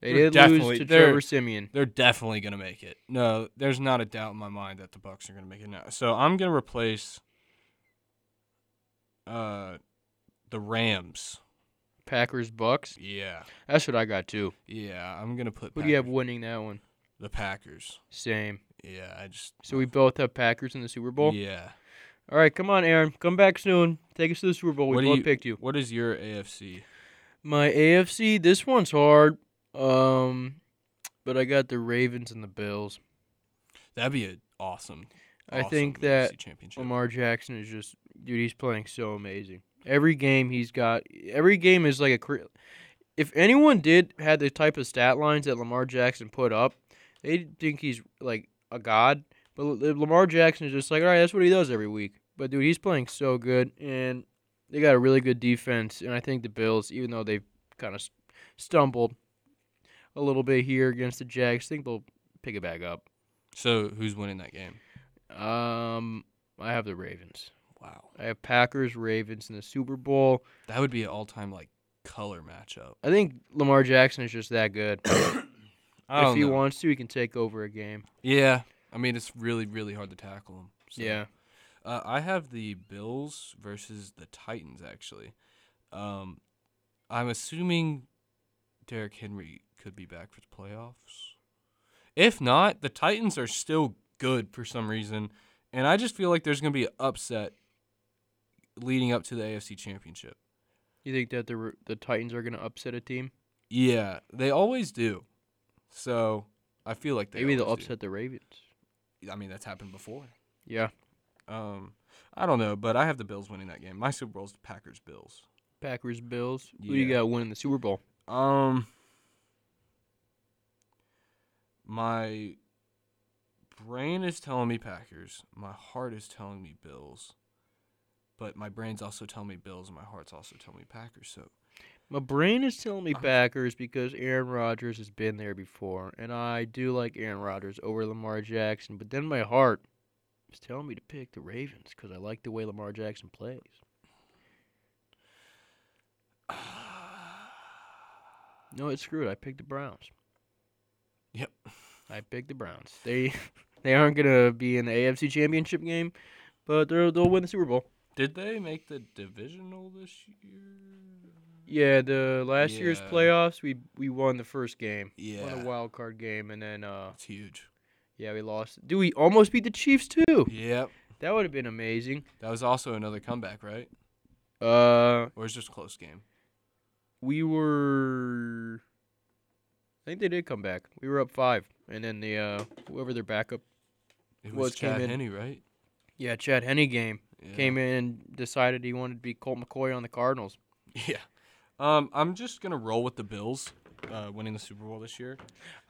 they
they're
did lose
definitely-
to
they're-
Trevor Simeon.
they're definitely gonna make it. No, there's not a doubt in my mind that the Bucks are gonna make it now. So I'm gonna replace uh the Rams.
Packers, Bucks.
Yeah.
That's what I got too.
Yeah, I'm gonna put
Who do you have
Packers-
winning that one?
the Packers.
Same.
Yeah, I just
So we both have Packers in the Super Bowl.
Yeah.
All right, come on, Aaron. Come back soon. Take us to the Super Bowl. We
What do
both
you-
picked you.
What is your AFC?
My AFC, this one's hard. Um, but I got the Ravens and the Bills.
That'd be an awesome.
I think
awesome
that
AFC championship.
Lamar Jackson is just dude. He's playing so amazing. Every game he's got. Every game is like a. cre- If anyone did had the type of stat lines that Lamar Jackson put up, they think he's like a god. But L- Lamar Jackson is just like, all right, that's what he does every week. But dude, he's playing so good, and they got a really good defense. And I think the Bills, even though they've kind of stumbled a little bit here against the Jags, think they'll pick it back up.
so who's winning that game?
Um, I have the Ravens.
Wow,
I have Packers, Ravens in the Super Bowl.
that would be an all-time like color matchup.
I think Lamar Jackson is just that
*coughs*
good.
I
if
don't
he
know.
wants to, he can take over a game.
yeah, I mean it's really really hard to tackle him. So.
Yeah.
Uh, I have the Bills versus the Titans actually. Um, I'm assuming Derrick Henry could be back for the playoffs. If not, the Titans are still good for some reason, and I just feel like there's gonna be an upset leading up to the AFC Championship.
You think that the the Titans are going to upset a team?
Yeah, they always do. So I feel like they
Maybe they'll
always do.
upset the Ravens.
I mean, that's happened before.
Yeah.
Um, I don't know, but I have the Bills winning that game. My Super Bowl's Packers Bills.
Packers, Bills. Who do you
Yeah.
got winning the Super Bowl?
Um, my brain is telling me Packers. My heart is telling me Bills. But my brain's also telling me Bills, and my heart's also telling me Packers. So *sighs*
My brain is telling me
I'm-
Packers because Aaron Rodgers has been there before, and I do like Aaron Rodgers over Lamar Jackson. But then my heart is telling me to pick the Ravens because I like the way Lamar Jackson plays. No, it's screwed. I picked the Browns.
Yep.
I picked the Browns. They *laughs* they aren't gonna be in the AFC Championship game, but they'll they'll win the Super Bowl.
did they make the divisional this year?
Yeah, the last year's
Yeah.
playoffs we we won the first game, won
Yeah,
a wild card game, and then uh
that's huge.
yeah we lost. Do we almost beat the Chiefs too?
Yep,
That would have been amazing.
that was also another comeback, right?
Uh,
Or it was just a close game.
we were. I think they did come back. We were up five, and then the uh whoever their backup,
It
Well,
was
it came
Chad
in-
Henne, right?
yeah, Chad Henne game
Yeah.
came in and decided he wanted to be Colt McCoy on the Cardinals.
*laughs* Yeah. Um, I'm just gonna roll with the Bills uh, winning the Super Bowl this year,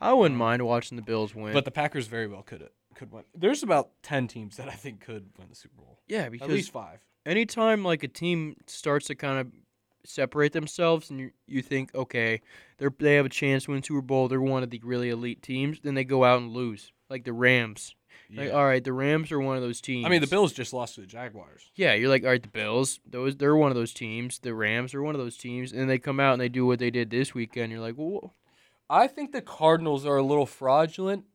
I wouldn't mind watching the Bills win.
Uh-huh. but the Packers very well could could win. There's about ten teams that I think could win the Super Bowl.
yeah,
At least
because
five.
anytime like a team starts to kind of separate themselves, and you, you think, okay, they're they have a chance to win Super Bowl, they're one of the really elite teams, then they go out and lose, like the Rams. Like, all right, the Rams are one of those teams.
I mean, the Bills just lost to the Jaguars.
Yeah, you're like, all right, the Bills, those they're one of those teams. The Rams are one of those teams, and they come out and they do what they did this weekend. You're like, whoa.
I think the Cardinals are a little fraudulent.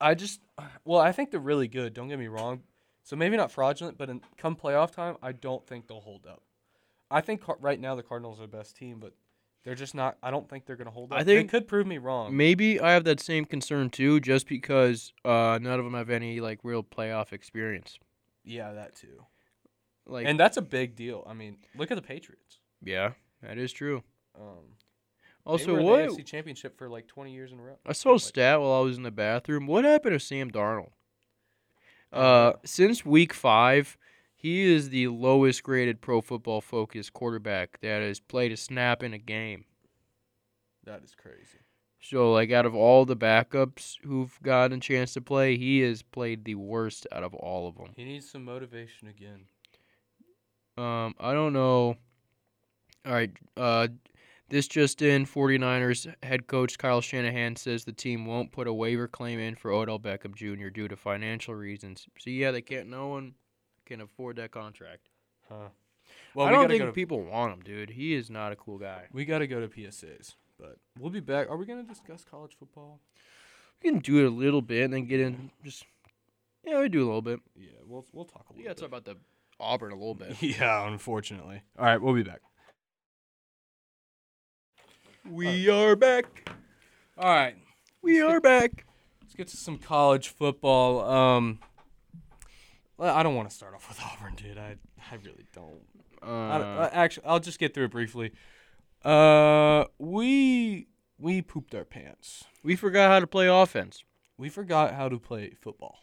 I just, well, I think they're really good. Don't get me wrong. So maybe not fraudulent, but in, come playoff time, I don't think they'll hold up. I think car- right now the Cardinals are the best team, but they're just not. I don't think they're going to hold
I
up.
think-
they could prove me wrong.
Um, Maybe I have that same concern too, just because uh, none of them have any like real playoff experience.
yeah, that too.
Like,
and that's a big deal. I mean, look at the Patriots.
yeah, that is true.
Um, they
Also,
were in
Oh, what
the AFC Championship for like 20 years in a row.
I saw a stat while I was in the bathroom. What happened to Sam Darnold? Uh, since week five, he is the lowest graded Pro Football Focus quarterback that has played a snap in a game.
That is crazy.
So, like, out of all the backups who've gotten a chance to play, he has played the worst out of all of them.
He needs some motivation again.
Um, I don't know. All right. Uh, this just in 49ers head coach Kyle Shanahan says the team won't put a waiver claim in for Odell Beckham Jr. due to financial reasons. So, yeah, they can't, no one can afford that contract.
Huh. Well,
I
we
don't
gotta
think
go to,
people want him, dude. He is not a cool guy.
we got to go to PSAs, but we'll be back. Are we going to discuss college football?
We can do it a little bit and then get in. Just, yeah, we do a little bit.
Yeah, we'll we'll talk a
We
little
got to
bit.
talk about the Auburn a little bit.
yeah, unfortunately. All right, we'll be back.
*laughs* We are back.
All right.
*laughs* We are back.
Let's get to some college football. Um, Well, I don't want to start off with *laughs* Auburn, dude. I I really don't.
Uh,
I, I- actually, I'll just get through it briefly. Uh, we we pooped our pants.
we forgot how to play offense.
We forgot how to play football.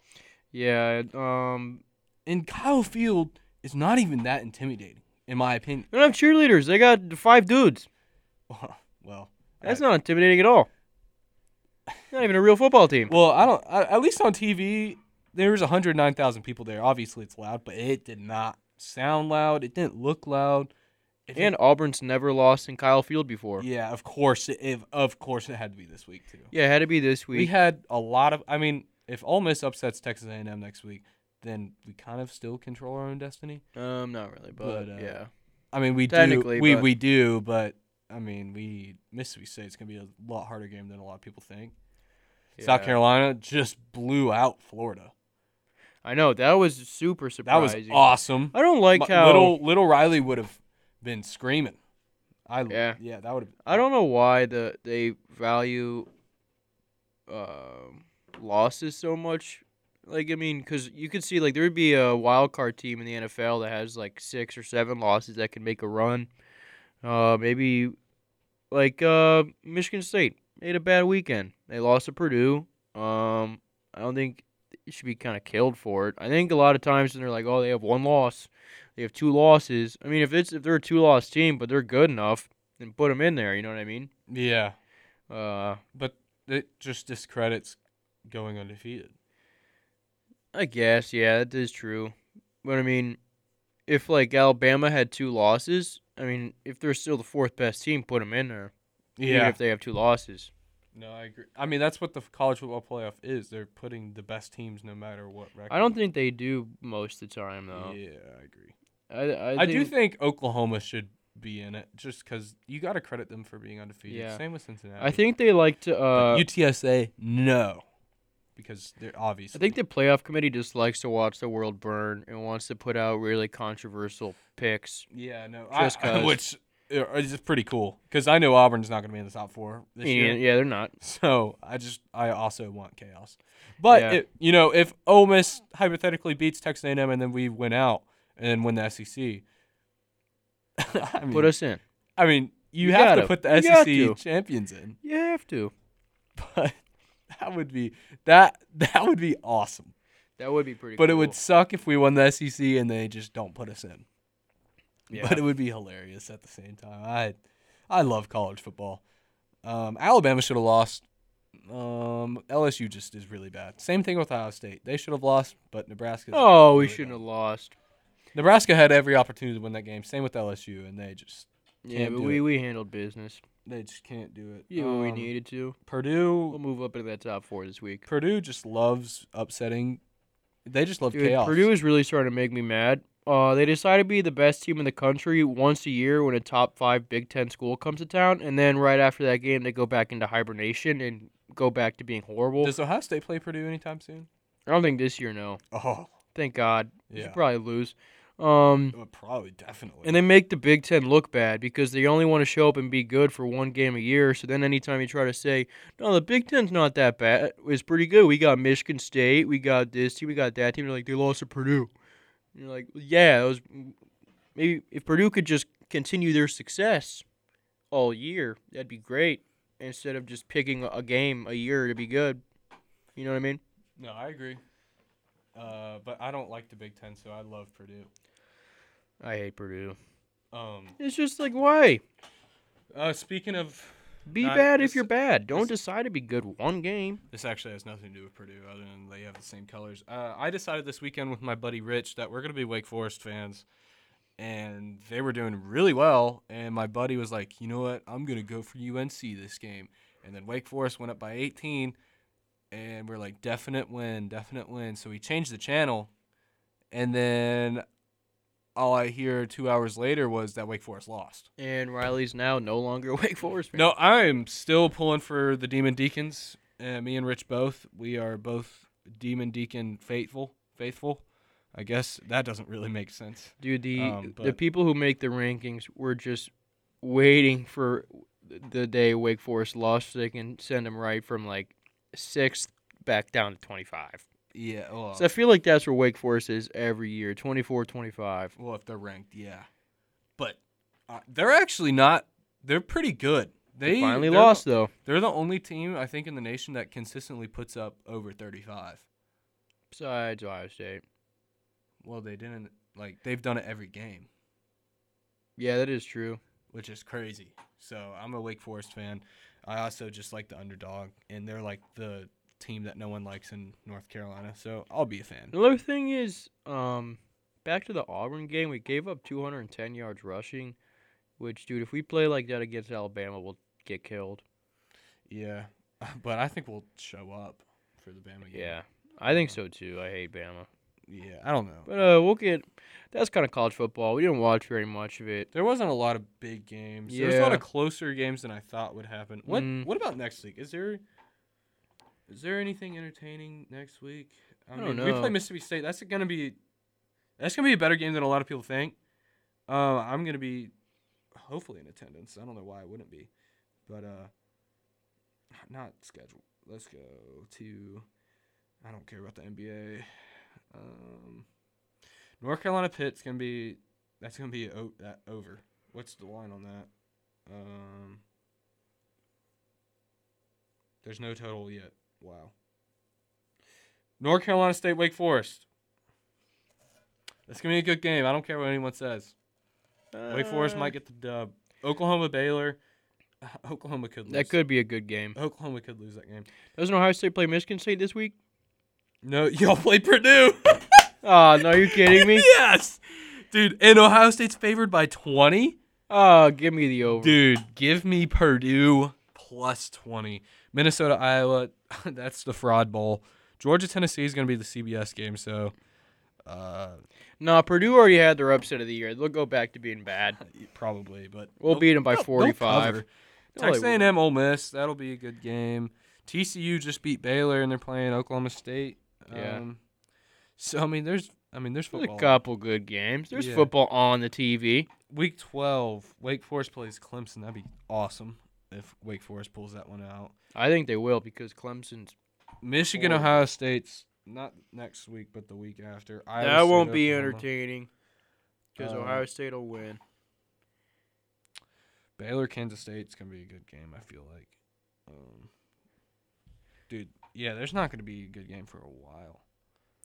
Yeah. Um.
And Kyle Field is not even that intimidating, in my opinion. *laughs*
They don't have cheerleaders. They got five dudes.
well,
That's not intimidating at all. Not even a real football team.
well, I don't. I, at least on TV, there was 109,000 people there. Obviously, it's loud, but it did not sound loud. It didn't look loud. It
And Auburn's never lost in Kyle Field before. Yeah,
Yeah, of course. It, if- of course, it had to be this week too.
it had to be this
We,
week.
had a lot of. I mean, if Ole Miss upsets Texas A&M next week, then we kind of still control our own destiny.
um, not really, but,
But, uh,
yeah.
I mean, we
Technically,
do. We
but-
we do, but I mean, we Mississippi State's gonna be a lot harder game than a lot of people think. South
Yeah.
Carolina just blew out Florida.
I know that was super
That was
surprising.
awesome.
I don't like
My-
how
little little Riley would have been screaming. I
Yeah.
yeah, that would have.
I don't know why the they value um, losses so much. Like I mean, because you could see like there would be a wild card team in the NFL that has like six or seven losses that can make a run. Uh, maybe like uh, Michigan State they had a bad weekend. They lost to Purdue. Um, I don't think it should be kind of killed for it. I think a lot of times when they're like, oh, they have one loss, they have two losses. I mean, if it's if they're a two loss team, but they're good enough, and put them in there. You know what I mean?
Yeah,
Uh,
but it just discredits going undefeated.
I guess yeah, that is true. But I mean, if like Alabama had two losses, I mean, if they're still the fourth best team, put them in there. Even
Yeah.
if they have two losses.
No, I agree. I mean, that's what the college football playoff is. They're putting the best teams no matter what record.
I don't think they do most of the time though.
Yeah, I agree.
I, I,
I, do think Oklahoma should be in it just because you got to credit them for being undefeated.
Yeah.
Same with Cincinnati.
I think they like to. Uh,
But UTSA, no. Because they're obviously.
I think the playoff committee just likes to watch the world burn and wants to put out really controversial picks.
Yeah, no.
Just
*laughs* I,
'cause.
which uh, is just pretty cool because I know Auburn's not going to be in the top four this
Yeah,
year. *laughs*
yeah, they're not.
So I just I also want chaos. But
Yeah.
it, you know, if Ole Miss hypothetically beats Texas A&M and then we win out and then win the SEC, *laughs* I mean,
Put us in.
I mean, you,
You
have
gotta-
to put
you
the
got
SEC
to.
champions in. *laughs*
You have to.
But that would be that that would be awesome.
That would be pretty.
But it
cool.
would suck if we won the SEC and they just don't put us in.
Yeah.
But it would be hilarious at the same time. I I love college football. Um, Alabama should have lost. Um, LSU just is really bad. Same thing with Ohio State. They should have lost, but Nebraska.
Oh, we shouldn't have lost.
Nebraska had every opportunity to win that game. Same with LSU, and they just
Yeah,
Can't
but
do
we,
it.
we handled business.
they just can't do it.
Yeah, we
Um,
needed to. We'll
Purdue.
move up into that top four this week.
Purdue just loves upsetting. They just love
Dude,
chaos.
Purdue is really starting to make me mad. Uh, they decide to be the best team in the country once a year when a top five Big Ten school comes to town, and then right after that game, they go back into hibernation and go back to being horrible.
Does Ohio State play Purdue anytime soon?
I don't think this year, no.
Oh,
Thank God. They
yeah,
should probably lose. Um,
Uh, probably definitely.
and they make the Big Ten look bad because they only want to show up and be good for one game a year. So then, anytime you try to say, "No, the Big Ten's not that bad," it's pretty good. We got Michigan State, we got this team, we got that team. You're like, they lost to Purdue. And you're like, yeah, it was maybe if Purdue could just continue their success all year, that'd be great. Instead of just picking a- a game a year to be good, you know what I mean?
No, I agree. Uh, but I don't like the Big Ten, so I love Purdue.
I hate Purdue.
Um,
It's just like why
uh, speaking of,
be
Not-
bad if
this-
you're bad. Don't decide to be good one game.
this actually has nothing to do with Purdue, other than they have the same colors. Uh, I decided this weekend with my buddy Rich that we're gonna be Wake Forest fans, and they were doing really well. And my buddy was like, you know what, I'm gonna go for UNC this game. And then Wake Forest went up by 18, and we're like, definite win, definite win. So we changed the channel, and then all I hear two hours later was that Wake Forest lost.
And Riley's now no longer *laughs* a Wake Forest fan.
No, I'm still pulling for the Demon Deacons. Uh, me and Rich both. We are both Demon Deacon faithful. Faithful. I guess that doesn't really make sense.
dude, the
Um,
the
but-
people who make the rankings were just waiting for the day Wake Forest lost so they can send them right from like sixth back down to twenty five.
Yeah. Well,
So I feel like that's where Wake Forest is every year 24 25.
well, if they're ranked, yeah. But uh, they're actually not. They're pretty good.
They
They
finally
they're-
lost, though.
They're the only team I think in the nation that consistently puts up over 35.
Besides Ohio State.
Well, they didn't like they've done it every game,
Yeah, that is true.
which is crazy. So I'm a Wake Forest fan. I also just like the underdog, and they're like the team that no one likes in North Carolina. So I'll be a fan.
Another thing is, um, back to the Auburn game, we gave up 210 yards rushing, which, dude, if we play like that against Alabama, we'll get killed.
Yeah, *laughs* but I think we'll show up for the Bama game.
Yeah, I think so too. I hate Bama,
yeah. I don't know.
but uh, we'll get. That's kind of college football. We didn't watch very much of it.
There wasn't a lot of
big games.
Yeah.
There's a lot of closer games than I thought would happen. What
Mm.
What about next week? Is there
Is there anything entertaining next week?
I don't
we
know.
play Mississippi State? That's gonna be that's gonna be a better game than a lot of people think. Uh, I'm gonna be hopefully in attendance. I don't know why I wouldn't be, but uh, not scheduled. Let's go to. I don't care about the NBA. Um, North Carolina Pitt's gonna be. That's gonna be o- that over. What's the line on that? Um, there's no total yet. Wow. North Carolina State, Wake Forest. That's gonna be a good game. I don't care what anyone says. Wake Forest
Uh,
might get the dub. Oklahoma, Baylor. *sighs* Oklahoma could lose.
That could be a good game.
Oklahoma could lose that game.
Doesn't Ohio State play Michigan State this week?
No, *laughs* y'all play Purdue.
Oh, no, you kidding me?
*laughs* yes, dude. And Ohio State's favored by twenty.
Oh, give me the over.
Dude, give me Purdue plus 20. Minnesota, Iowa, *laughs* that's the fraud bowl. Georgia, Tennessee is going to be the CBS game, so uh,
No, Purdue already had their upset of the year. They'll go back to being bad.
probably, but
We'll
they'll-
beat them by
they'll- they'll
45.
cover.
No,
Texas
they won't.
A&M, Ole Miss, that'll be a good game. TCU just beat Baylor, and they're playing Oklahoma State.
Yeah.
Um, so I mean, there's, I mean, there's
There's a
football.
couple good games. There's
Yeah.
football on the TV.
Week 12, Wake Forest plays Clemson. That'd be awesome if Wake Forest pulls that one out.
I think they will because Clemson's.
Michigan,
Horrible.
Ohio State's not next week, but the week after. Iowa
that
State,
won't be
Oklahoma.
entertaining because
Uh,
Ohio State will win.
Baylor, Kansas State's gonna be a good game. I feel like, um, dude, yeah, there's not gonna be a good game for a while.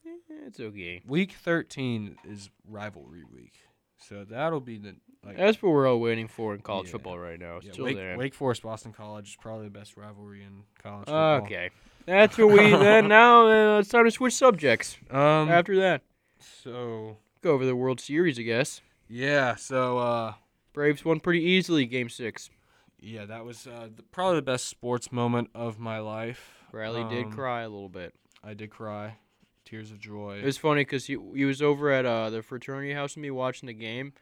Eh, It's okay.
Week 13 is rivalry week, so that'll be the like
That's what we're all waiting for in college
Yeah.
football right now. It's
yeah,
still
Wake,
there.
Wake Forest, Boston College is probably the best rivalry in college football.
Ah, okay. *laughs* That's what we. then now uh, it's time to switch subjects.
Um.
After that,
so
go over the World Series, I guess.
yeah. So uh.
Braves won pretty easily game six.
Yeah, that was uh, the, probably the best sports moment of my life.
Riley did
Um,
cry a little bit.
I did cry, tears of joy.
It was funny because he he was over at uh, the fraternity house with me watching the game,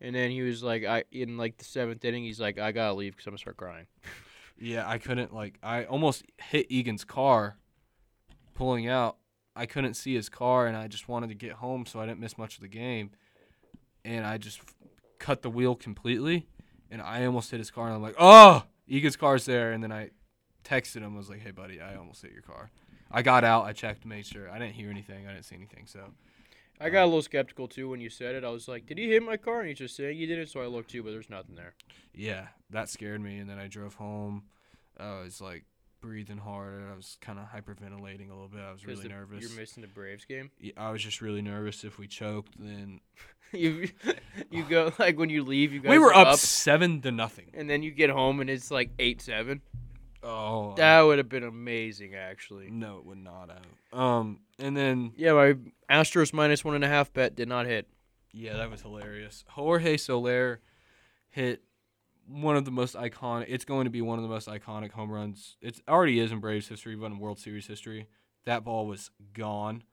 and then he was like, I in like the seventh inning, he's like, I gotta leave because I'm gonna start crying.
Yeah, I couldn't like I almost hit Egan's car pulling out. I couldn't see his car and I just wanted to get home so I didn't miss much of the game. And I just f- cut the wheel completely and I almost hit his car and I'm like, "Oh, Egan's car's there." And then I texted him I was like, "Hey buddy, I almost hit your car." I got out, I checked, made sure. I didn't hear anything. I didn't see anything. So,
I got a little skeptical too when you said it. I was like, Did he hit my car? And he's just saying you did it. So I looked too, but there's nothing there.
yeah, that scared me. And then I drove home. I was like breathing hard. I was kind of hyperventilating a little bit. I was
'Cause
really
the-
nervous.
You're missing the Braves game.
Yeah, I was just really nervous if we choked. Then
*laughs* you you go *laughs* like when you leave, you guys
we were
are
up, seven to nothing.
and then you get home and it's like eight seven.
Oh
That would have been amazing, actually.
no, it would not have. Um, and then
Yeah, my Astros minus one and a half bet did not hit.
yeah, that was hilarious. Jorge Soler hit one of the most iconic. It's going to be one of the most iconic home runs. It already is in Braves history, but in World Series history, that ball was gone.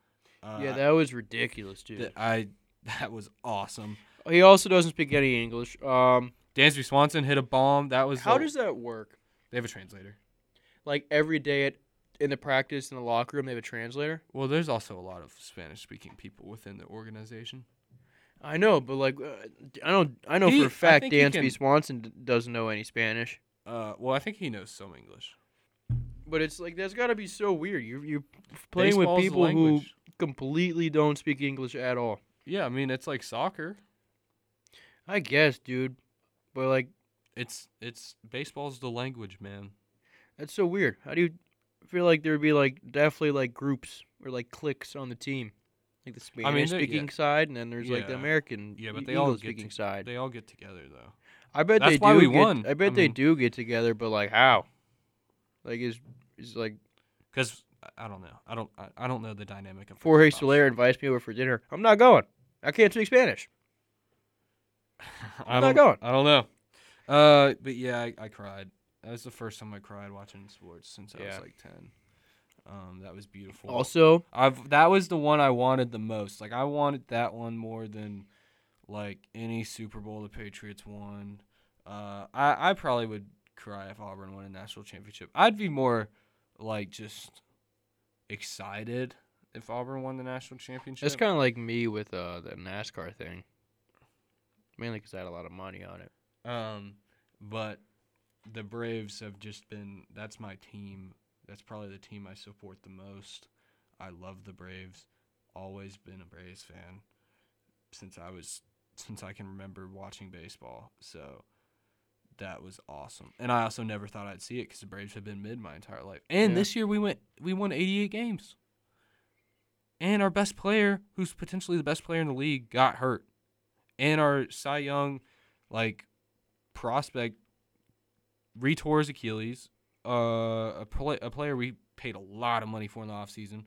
Uh,
yeah, that was ridiculous, dude.
that I *laughs* that was awesome.
He also doesn't speak any English. Um,
Dansby Swanson hit a bomb. That was
how
the-
does that work?
they have a translator?
Like every day at in the practice in the locker room, they have a translator.
Well, there's also a lot of Spanish-speaking people within the organization.
I know, but like, uh, I don't. I know
He-
for a
I
fact
think he
Dansby
can-
Swanson d- doesn't know any Spanish.
Uh, well, I think he knows some English.
but it's like that's got to be so weird. You you're playing with
Baseball's the
people who
language.
completely don't speak English at all.
Yeah, I mean it's like soccer.
I guess, dude. But like
It's it's baseball's the language, man.
that's so weird. How do you feel like there would be like definitely like groups or like cliques on the team? Like the
I mean,
Spanish
there- yeah.
speaking side and then there's like the
Yeah.
American
Yeah, but
E-
they all get
English-speaking
to-
side.
They all get together though.
I bet
That's
they
why
do
we
get,
won.
I bet
I
they
mean-
do get together, but like how? Like is is like
Because I don't know. I don't. I, I don't know the dynamic of. the
Jorge
clubhouse.
Soler invites me over for dinner. I'm not going. I can't speak Spanish.
*laughs* I
not
don't,
going.
I don't know. Uh, but yeah, I, I cried. That was the first time I cried watching sports since I
Yeah.
was like ten. Um, that was beautiful.
Also,
I've that was the one I wanted the most. Like I wanted that one more than like any Super Bowl the Patriots won. Uh, I I probably would cry if Auburn won a national championship. I'd be more like just excited if Auburn won the national championship.
it's kind of like me with uh, the NASCAR thing. Mainly because I had a lot of money on it.
Um, but the Braves have just been that's my team. That's probably the team I support the most. I love the Braves. Always been a Braves fan since I was since I can remember watching baseball. So that was awesome. And I also never thought I'd see it cuz the Braves have been mid my entire life. And
Yeah.
this year we went we won 88 games. And our best player, who's potentially the best player in the league, got hurt. And our Cy Young like prospect retore his Achilles, uh, a, pla a player we paid a lot of money for in the offseason.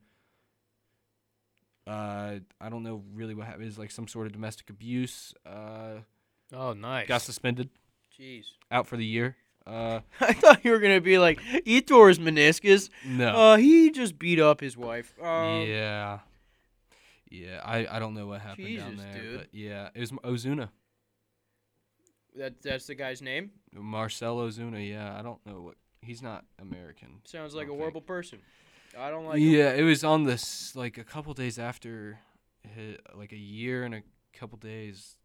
Uh, I don't know really what happened. It was like some sort of domestic abuse. Uh,
Oh, nice.
got suspended,
Jeez.
out for the year. Uh,
*laughs* I thought you were gonna be like Etor's meniscus.
no.
Uh, he just beat up his wife. Um,
yeah. Yeah, I, I don't know what happened down
Jesus,
there.
dude.
But yeah, it was Ozuna.
That that's the guy's name.
Marcelo Ozuna, yeah. I don't know what. He's not American.
Sounds
I
like a
don't think.
horrible person. I don't like. him. *laughs*
yeah, it was on this like a couple days after, hi like a year and a couple days,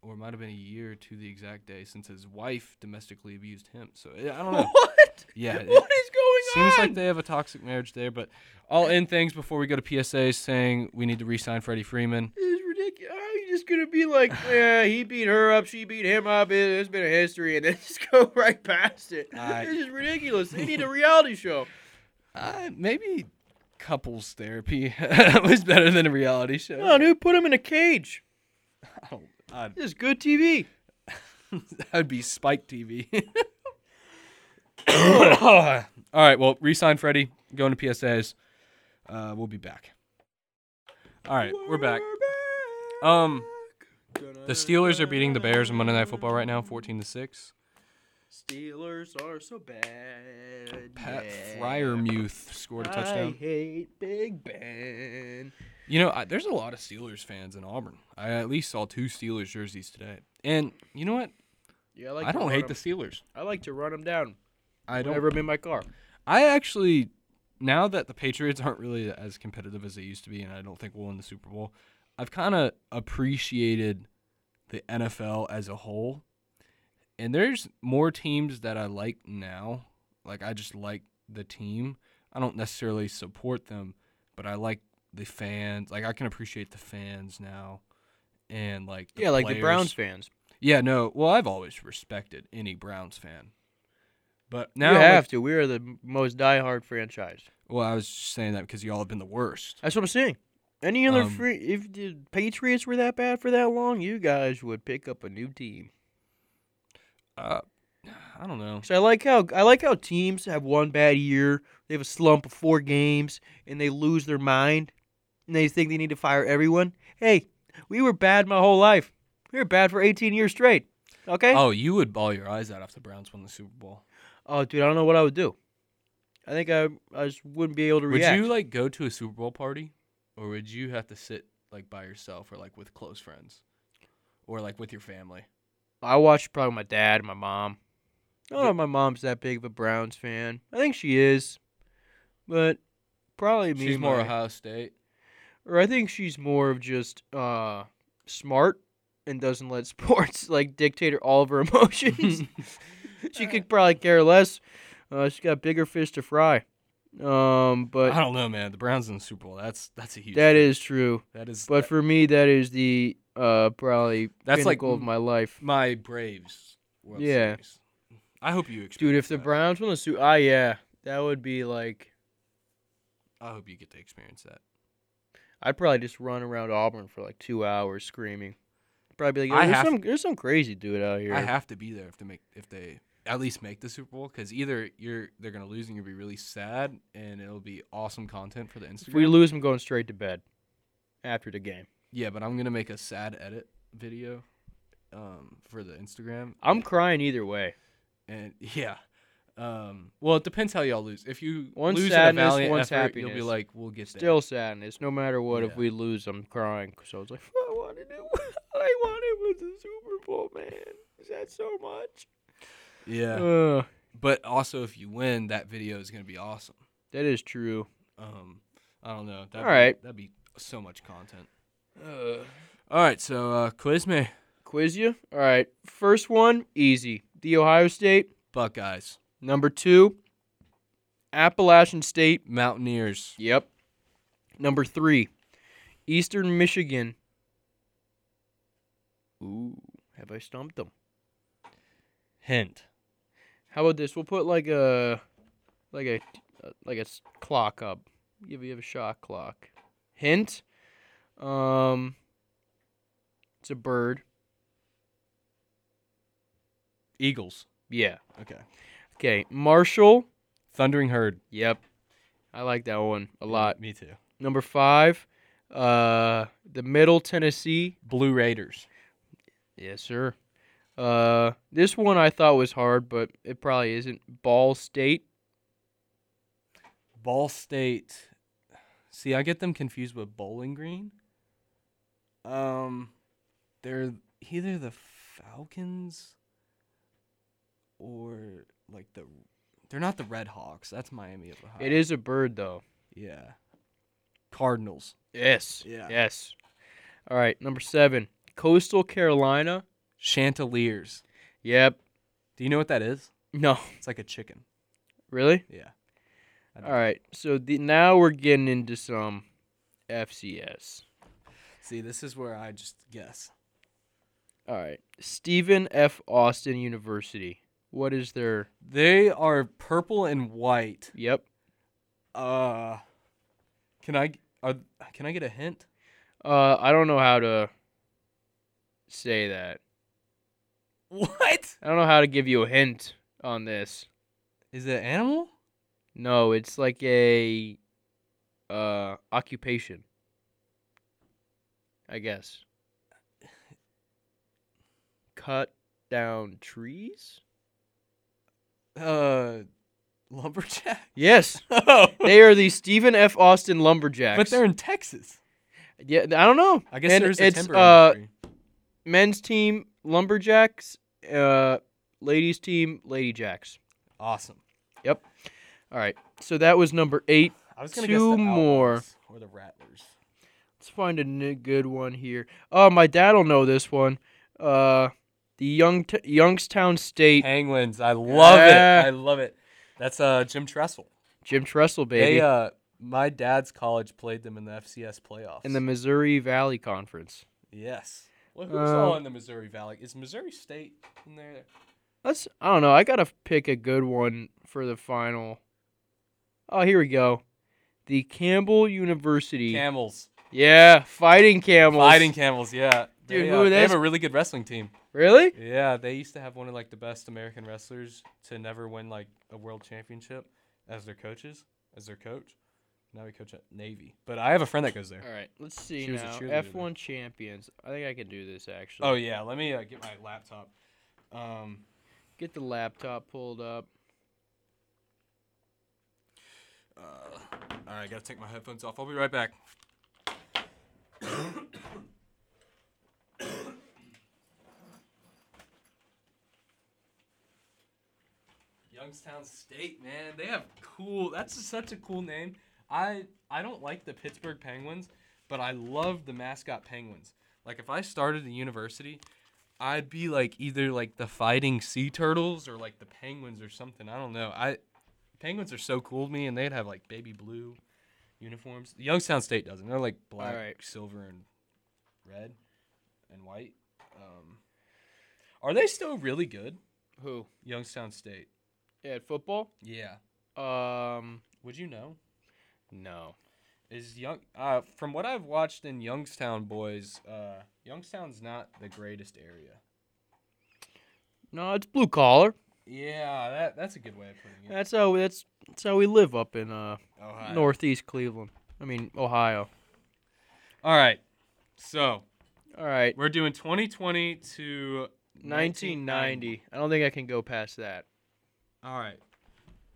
or it might have been a year to the exact day since his wife domestically abused him. So eh, I don't know.
What?
yeah, it
what is going
seems
on?
like they have a toxic marriage there. But I'll end things before we go to PSAs saying we need to re-sign Freddie Freeman.
This is ridiculous. How are you just gonna be
*laughs*
like, yeah, he beat her up, she beat him up. It, it's been a history, and then *laughs* just go right past it.
I-
This is ridiculous. They need a reality show.
Uh, maybe couples therapy *laughs* was better than a reality show.
No, dude, put him in a
*laughs*
cage.
I don't- I'd-
This is good TV.
that would be Spike TV. *laughs* All right, well, resign Freddie. Going to PSAs. Uh, we'll be back. All right, we're back. Um, the Steelers are beating the Bears in Monday Night Football right now, fourteen to six.
Steelers are so bad.
Pat
yeah.
Fryermuth scored a touchdown.
I hate Big Ben.
You know, I, there's a lot of Steelers fans in Auburn. I at least saw two Steelers jerseys today. And you know what?
Yeah, I, like to
I don't
run
hate
'em-
the Steelers.
I like to run him down.
I don't
Whenever I'm in my car.
I actually, now that the Patriots aren't really as competitive as they used to be, and I don't think we'll win the Super Bowl, I've kind of appreciated the NFL as a whole. And there's more teams that I like now. Like, I just like the team. I don't necessarily support them, but I like the fans. Like, I can appreciate the fans now. And, like,
yeah, like the
players.
Browns fans.
Yeah, no. Well, I've always respected any Browns fan. But now,
you
with-
have to. We are the m- most diehard franchise.
Well, I was just saying that because y'all have been the worst.
That's what I'm saying. Any other
Um,
free? If the Patriots were that bad for that long, you guys would pick up a new team.
Uh, *sighs* I don't know.
So I like how I like how teams have one bad year, they have a slump of four games, and they lose their mind, and they think they need to fire everyone. Hey, we were bad my whole life. We were bad for 18 years straight. Okay. Oh,
Oh, you would ball your eyes out if the Browns won the Super Bowl.
dude, I don't know what I would do. I think I I just wouldn't be able to react.
Would you like go to a Super Bowl party, or would you have to sit like by yourself, or like with close friends, or like with your family?
I watched probably my dad and my mom. I don't know if my mom's that big of a Browns fan. I think she is, but probably me.
She's
and
more
my- *laughs*
Ohio State.
or I think she's more of just uh, smart and doesn't let *laughs* sports like dictate her, all of her
*laughs*
emotions. she could probably care less. Uh, she's got bigger fish to fry. Um,
I
but
don't know, man. The Browns in the Super Bowl. That's that's a huge.
that
thing.
is true.
that is.
But for me, that is the uh probably
That's like
pinnacle of my life.
my Braves. World
Yeah.
Series. I hope
Dude,
you.
if
experience
the
that.
Browns won the Super, ah, yeah, that would be like
I hope you get to experience that.
I'd probably just run around Auburn for like two hours screaming. Probably be like,
I
"Yo, there's
have-
some there's some crazy dude out here.
I have to be there if to make if they at least make the Super Bowl because either you're they're gonna lose and you'll be really sad and it'll be awesome content for the
if we
Instagram.
lose, I'm going straight to bed after the game.
yeah, but I'm gonna make a sad edit video, um, for the Instagram.
I'm crying either way.
and *laughs* yeah. Um, well, it depends how y'all lose. If you
One's
lose
sadness,
in a valiant
one's
effort, you'll be
happiness.
like, "We'll get
Still sadness, no matter what.
Yeah.
If we lose, I'm crying. So it's like I wanted it. *laughs* I wanted was the Super Bowl, man. Is that so much?
there." Yeah,
Uh,
but also if you win, that video is gonna be awesome.
that is true.
Um, I don't know. That'd be,
Alright.
that'd be so much content. All right, so uh, quiz me,
Quiz you. All right, first one easy. The Ohio State.
Buckeyes,
Number two, Appalachian State.
Mountaineers,
Yep. Number three, Eastern Michigan. Ooh, have I stumped them?
Hint.
How about this? We'll put like a, like a, uh, like a s- clock up. Give you a shot clock. Hint. Um. It's a bird.
Eagles.
Yeah.
Okay.
Okay. Marshall.
Thundering Herd.
Yep. I like that one a lot.
Me too.
Number five. Uh, the Middle Tennessee.
Blue Raiders.
Yes, sir. Uh, this one I thought was hard, but it probably isn't. Ball State.
Ball State. See, I get them confused with Bowling Green. Um, they're either the Falcons or like the. They're not the Red Hawks. That's Miami of Ohio.
It is a bird, though.
Yeah. Cardinals.
Yes.
Yeah.
Yes. All right. Number seven. Coastal Carolina.
Chandeliers.
Yep. *laughs*
Do you know what that is?
No.
It's like a chicken.
Really?
Yeah. I don't-
All right. So the, now we're getting into some FCS.
See, this is where I just guess.
All right. Stephen F. Austin University. What is their?
They are purple and white.
Yep.
Uh, can I are can I get a hint? *laughs*
Uh, I don't know how to say that.
What
I don't know how to give you a hint on this.
is it? Animal?
No, it's like a uh occupation. I guess. Cut down trees?
Uh, lumberjack. *laughs*
Yes.
Oh,
*laughs* They are the Stephen F. Austin Lumberjacks.
but they're in Texas.
yeah, I don't know.
I guess
And
there's a
it's,
timber
uh,
industry.
Men's team Lumberjacks, uh ladies team Lady Jacks.
Awesome.
All right. So that was number 8.
I was
two more.
Outlaws or the Rattlers.
Let's find a n- good one here. Oh, my dad will know this one. Uh, the Young Youngstown State
Penguins. I love
Yeah.
it. I love it. That's uh Jim Tressel.
Jim Tressel baby
They uh, my dad's college played them in the FCS playoffs.
in the Missouri Valley Conference.
Yes. Well,
who's all Um,
in the Missouri Valley? Is Missouri State in there?
Let's. I don't know. I gotta pick a good one for the final. Oh, here we go. The Campbell University.
Camels.
yeah, fighting camels.
Fighting Camels, yeah.
Dude,
they,
who
uh,
are
they have
those?
a really good wrestling team.
Really?
Yeah, they used to have one of like the best American wrestlers to never win like a world championship as their coaches, as their coach. Now we coach at Navy. But I have a friend that goes there.
All right. Let's see
She was a
now.
cheerleader
F one champions. I think I can do this actually.
Oh yeah, let me uh, get my laptop. Um,
Get the laptop pulled up.
uh, all right, gotta take my headphones off. I'll be right back. Youngstown State, man, they have cool. That's such a cool name. I I don't like the Pittsburgh Penguins, but I love the mascot Penguins. Like if I started a university, I'd be like either like the Fighting Sea Turtles or like the Penguins or something. I don't know. I Penguins are so cool to me, and they'd have like baby blue uniforms. Youngstown State doesn't. They're like black,
right.
silver, and red and white. Um, are they still really good?
Who?
Youngstown State.
Yeah, at football?
Yeah.
Um,
Would you know?
no.
Is young uh, from what I've watched in Youngstown boys, uh, Youngstown's not the greatest area.
No, it's blue collar.
Yeah, that that's a good way of putting it.
That's how that's that's how we live up in uh
*laughs* Ohio.
northeast Cleveland. I mean Ohio.
All right. So,
All right,
we're doing 2020 to
1990. I don't think I can go past that.
All right.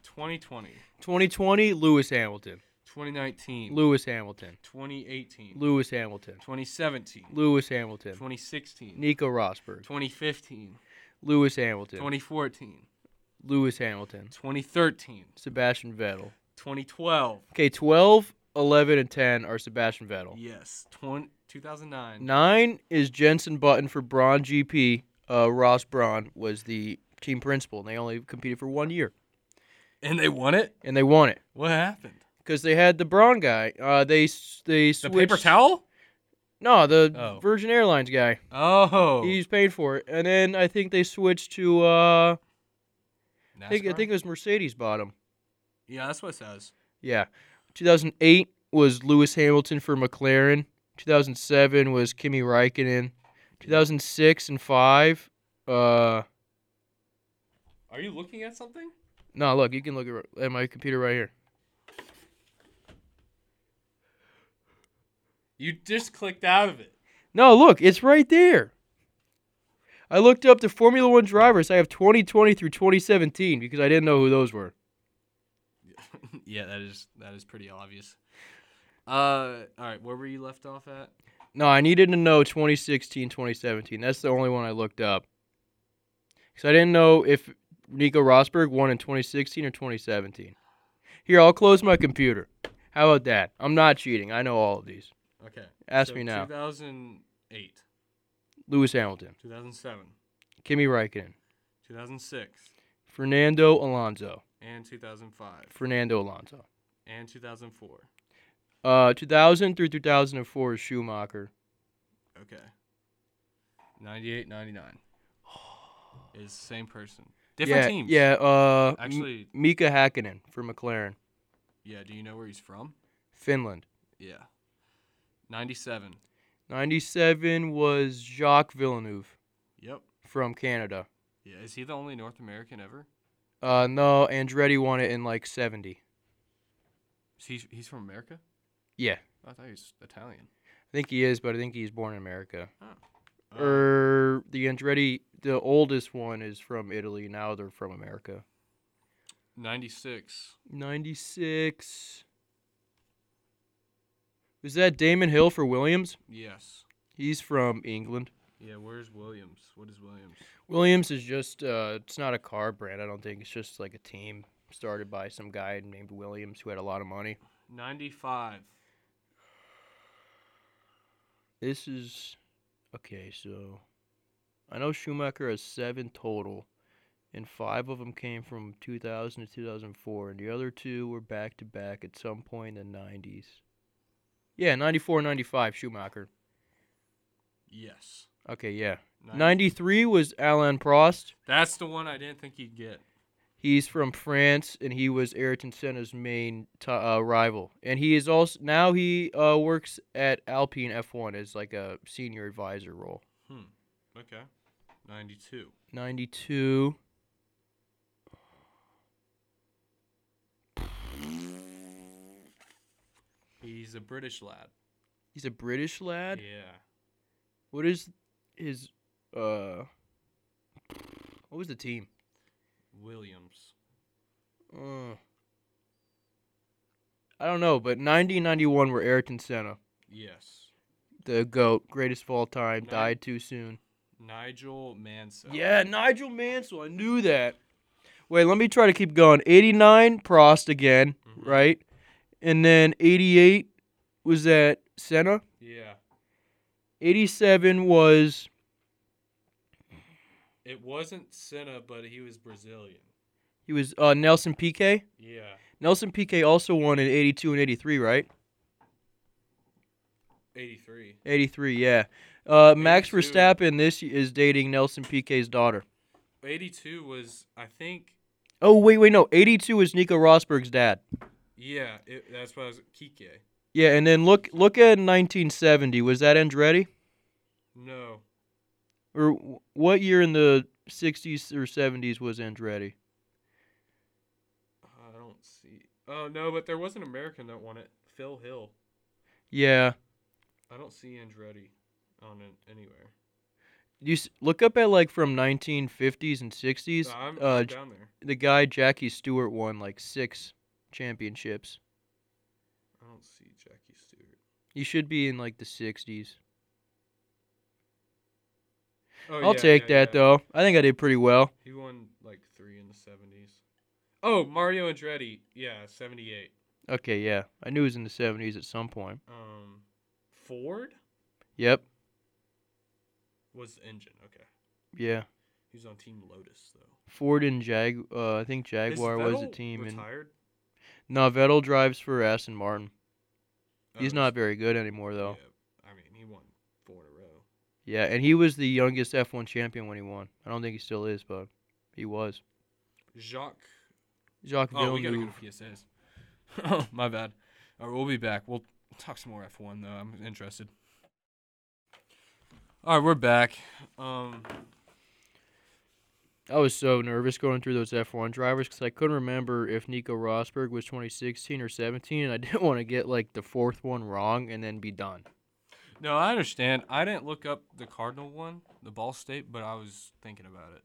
2020,
2020, Lewis Hamilton.
2019,
Lewis Hamilton.
2018,
Lewis Hamilton.
2017,
Lewis Hamilton.
2016,
Nico Rosberg.
2015,
Lewis Hamilton.
2014,
Lewis Hamilton.
2013,
Sebastian Vettel.
2012.
Okay, 12, 11, and 10 are Sebastian Vettel.
Yes, 20, 2009.
Nine is Jensen Button for Braun GP. Uh, Ross Braun was the team principal, and they only competed for one year,
And they won it?
and they won it
What happened?
because they had the Braun guy. Uh, they s- they
The
switched.
paper towel?
No, the
Oh.
Virgin Airlines guy.
Oh.
He's paid for it, and then I think they switched to. Uh, I think I
NASCAR?
think it was Mercedes bottom.
Yeah, that's what it says.
Yeah, 2008 was Lewis Hamilton for McLaren. 2007 was Kimi Raikkonen. 2006 and five. Uh,
Are you looking at something?
No, look, you can look at, at my computer right here.
You just clicked out of it.
No, look, it's right there. I looked up the Formula One drivers. I have 2020 through 2017 because I didn't know who those were.
*laughs* yeah, that is that is pretty obvious. Uh, all right, where were you left off at?
No, I needed to know 2016, 2017. That's the only one I looked up. Because I didn't know if Nico Rosberg won in 2016 or 2017. Here, I'll close my computer. How about that? I'm not cheating. I know all of these.
Okay.
Ask
so
me now.
2008,
Lewis Hamilton,
2007,
Kimi Raikkonen,
2006,
Fernando Alonso,
and 2005,
Fernando Alonso.
and 2004.
Uh, 2000 through 2004 is Schumacher.
Okay.
*sighs*
98, 99 is same person. Different
yeah,
teams.
Yeah, uh, M-
Actually-
Mika Hakkinen for McLaren,
Yeah. Do you know where he's from?
Finland.
Yeah. 97.
97 was Jacques Villeneuve
Yep.
from Canada.
Yeah. Is he the only North American ever?
Uh, no, Andretti won it in like 70.
Is he, he's from America?
Yeah, I
I thought he was Italian.
think he is, but I think he's born in America.
Uh,
Er, the Andretti, the oldest one is from Italy. Now they're from America.
96.
96. Was that Damon Hill for Williams?
Yes.
He's from England.
Yeah, where's Williams? What is Williams?
Williams is just uh, it's not a car brand. I don't think it's just like a team started by some guy named Williams who had a lot of money.
95.
This is okay. So I know Schumacher has seven total, and five of them came from 2000 to 2004, and the other two were back to back at some point in the 90s. Yeah, 94, 95 Schumacher.
Yes.
Okay, yeah.
Ninety-
93 was Alain Prost.
That's the one I didn't think you'd get.
He's from France, and he was Ayrton Senna's main t- uh, rival. And he is also now he uh, works at Alpine F1 as like a senior advisor role.
Okay. 92.
Ninety-two.
He's a British lad.
He's a British lad.
Yeah.
What is his uh? What was the team?
Williams.
Uh, I don't know, but 90 91 were Ayrton Senna,
Yes.
the goat, greatest of all time,
Nin-
died too soon.
Nigel Mansell.
Yeah, Nigel Mansell. I knew that. Wait, let me try to keep going. 89, Prost again,
Mhm.
right? And then 88 was that Senna.
Yeah.
87 was
It wasn't Senna, but he was Brazilian.
He was uh, Nelson Piquet.
Yeah.
Nelson Piquet also won in 82 and 83, right?
83.
83, yeah. Uh, Max
82.
Verstappen this y- is dating Nelson Piquet's daughter.
82 was, I think,
Oh, wait, wait, no. 82 is Nico Rosberg's dad.
yeah, it, that's what I was, Kike.
Yeah, and then look look at 1970. Was that Andretti?
No.
Or w- what year in the 60s or 70s was Andretti?
I don't see. Oh, no, but there was an American that won it. Phil Hill.
Yeah.
I don't see Andretti on it anywhere.
You s- look up at like from 1950s and 60s.
I'm,
uh,
I'm
J-
down there.
the guy Jackie Stewart won like six championships.
I don't see Jackie Stewart.
You should be in like the 60s.
Oh,
I'll
yeah,
take
yeah,
that
yeah.
though. I think I did pretty well.
He won like three in the 70s. Oh, Mario Andretti. Yeah, 78.
Okay, yeah. I knew it was in the 70s at some point.
Um, Ford
Yep.
was the engine. Okay.
Yeah.
He was on Team Lotus, though.
Ford and Jag uh, I think
Is
Jaguar was the
Vettel
team and
Retired?
No, Vettel drives for Aston Martin.
Oh,
He's not very good anymore though.
yeah, I mean, he won four in a row.
Yeah, and he was the youngest F1 champion when he won. I don't think he still is, but he was.
Jacques.
Jacques
Oh, we got to
Villeneuve.
go to PSAs. *laughs* oh, my bad. All right, we'll be back. We'll talk some more F1, though. I'm interested. All right, we're back. Um,
I was so nervous going through those F1 drivers because I couldn't remember if Nico Rosberg was 2016 or 17, and I *laughs* didn't want to get like the fourth one wrong and then be done.
No, I understand. I didn't look up the Cardinal one, the Ball State, but I was thinking about it.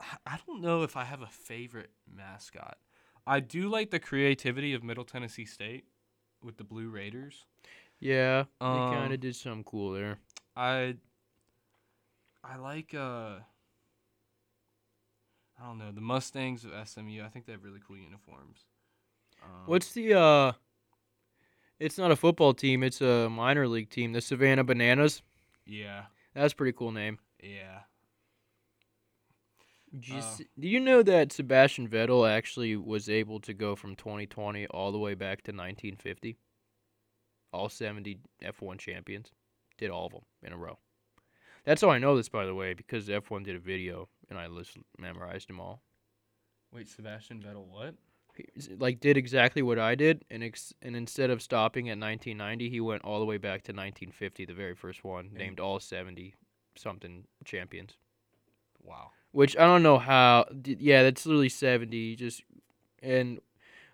I- I don't know if I have a favorite mascot. I do like the creativity of Middle Tennessee State with the Blue Raiders.
Yeah, they kind
Um,
of did something cool there.
I I like uh I don't know, the Mustangs of SMU. I think they have really cool uniforms. Um,
What's the uh? It's not a football team. It's a minor league team. The Savannah Bananas.
Yeah.
That's a pretty cool name.
Yeah.
Did you,
Uh,
see- do you know that Sebastian Vettel actually was able to go from 2020 all the way back to 1950? All 70 F1 champions did all of them in a row. That's how I know this, by the way, because F1 did a video and I list, memorized them all.
Wait, Sebastian Vettel what?
He s- like did exactly what I did, and ex- and instead of stopping at 1990, he went all the way back to 1950, the very first one, named all 70 something champions.
Wow.
which I don't know how. d- Yeah, that's literally seventy. Just and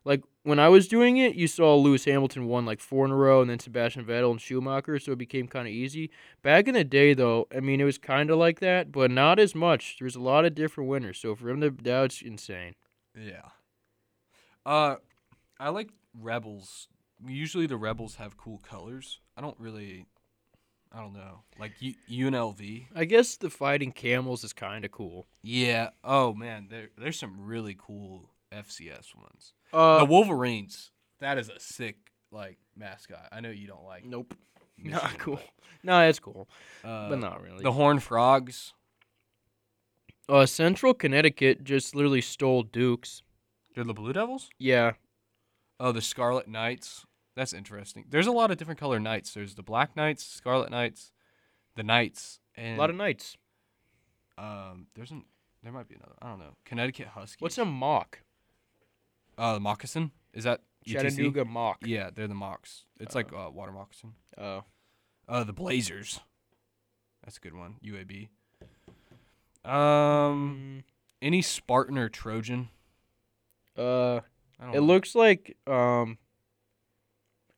like when I was doing it, you saw Lewis Hamilton won like four in a row, and then Sebastian Vettel and Schumacher, so it became kind of easy. Back in the day, though, I mean, it was kind of like that, but not as much. There's a lot of different winners, so for him to that's insane.
Yeah. Uh, I like rebels. Usually the rebels have cool colors. I don't really, I don't know, like U- UNLV.
I guess the fighting camels is kind of cool.
Yeah. Oh man, there there's some really cool FCS ones.
Uh,
the Wolverines. That is a sick like mascot. I know you don't
*laughs*
like.
nope,
Michigan,
not cool. No, it's cool,
but, uh,
but not really.
The Horned Frogs.
Uh, Central Connecticut just literally stole Duke's.
They're the Blue Devils.
Yeah,
Oh, the Scarlet Knights. That's interesting. There's a lot of different color knights. There's the Black Knights, Scarlet Knights, the Knights,
a
and
lot of knights.
Um, there's an there might be another. I don't know. Connecticut Huskies.
What's a mock?
Uh, the moccasin. Is that ETC?
Chattanooga mock.
Yeah, they're the mocks. It's like uh, water moccasin.
Oh.
Uh, the Blazers. That's a good one. UAB. Um,
Mm,
any Spartan or Trojan?
Uh,
I don't
it
know.
looks like um,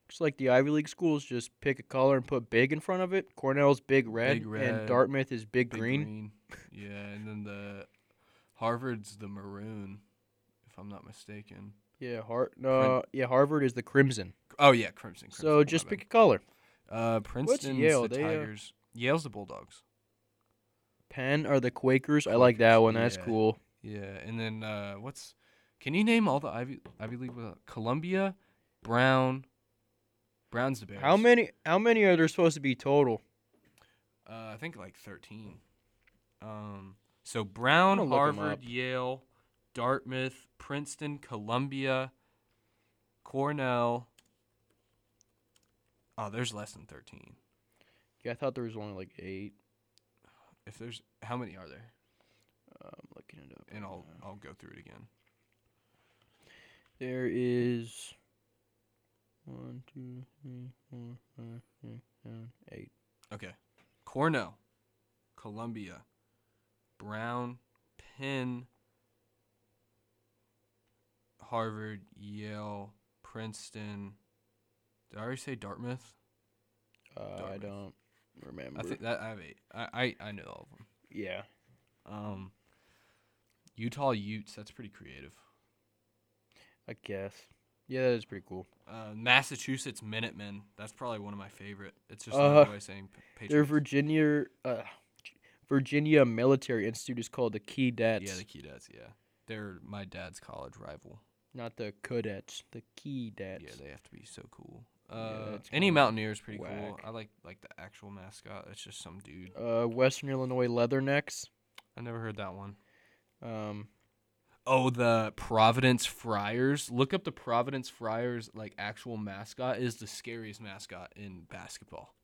looks like the Ivy League schools just pick a color and put big in front of it. Cornell's big red,
Big red,
and Dartmouth is big,
Big
green.
Yeah, and then the Harvard's the maroon, if I'm not mistaken.
Yeah, Har- no, yeah, Harvard is the crimson.
Oh yeah, crimson. crimson
so
my
just
bad.
pick a color.
Uh, Princeton's
Yale?
the
They, uh,
Tigers. Yale's the Bulldogs.
Penn are the Quakers. I like that
Quakers,
one. That's
yeah.
cool.
Yeah, and then uh, what's? Can you name all the Ivy Ivy League? without- Columbia, Brown, Brown's the Bears.
How many? How many are there supposed to be total?
Uh, I think like thirteen. Um, so Brown,
gonna look 'em
Harvard,
up.
Yale, Dartmouth, Princeton, Columbia, Cornell. Oh, there's less than 13.
Yeah, I thought there was only like eight.
If there's how many are there?
Uh, I'm looking it up. Uh,
And
right
I'll
now.
I'll go through it again.
There is one, two, three, four, five, six, seven, eight.
Okay. Cornell, Columbia, Brown, Penn, Harvard, Yale, Princeton. Did I already say Dartmouth?
Uh, I
Dartmouth.
don't remember.
I think that I have eight. I, I, I know all of them.
yeah.
Um, Utah Utes. That's pretty creative.
I guess. Yeah, that is pretty cool.
Uh, Massachusetts Minutemen. That's probably one of my favorite. It's just
Uh,
another way of saying P-
Their
Patriots.
Virginia uh, Virginia Military Institute is called the Keydets,
yeah, the Cadets. Yeah, they're my dad's college rival.
not the Cadets, the Keydets.
Yeah, they have to be so cool.
Yeah,
Uh,
that's
any
kinda
Mountaineer is pretty cool.
whack.
I like like the actual mascot. It's just some dude.
uh, Western Illinois Leathernecks.
I never heard that one.
Um,
Oh, the Providence Friars. Look up the Providence Friars like actual mascot is the scariest mascot in basketball.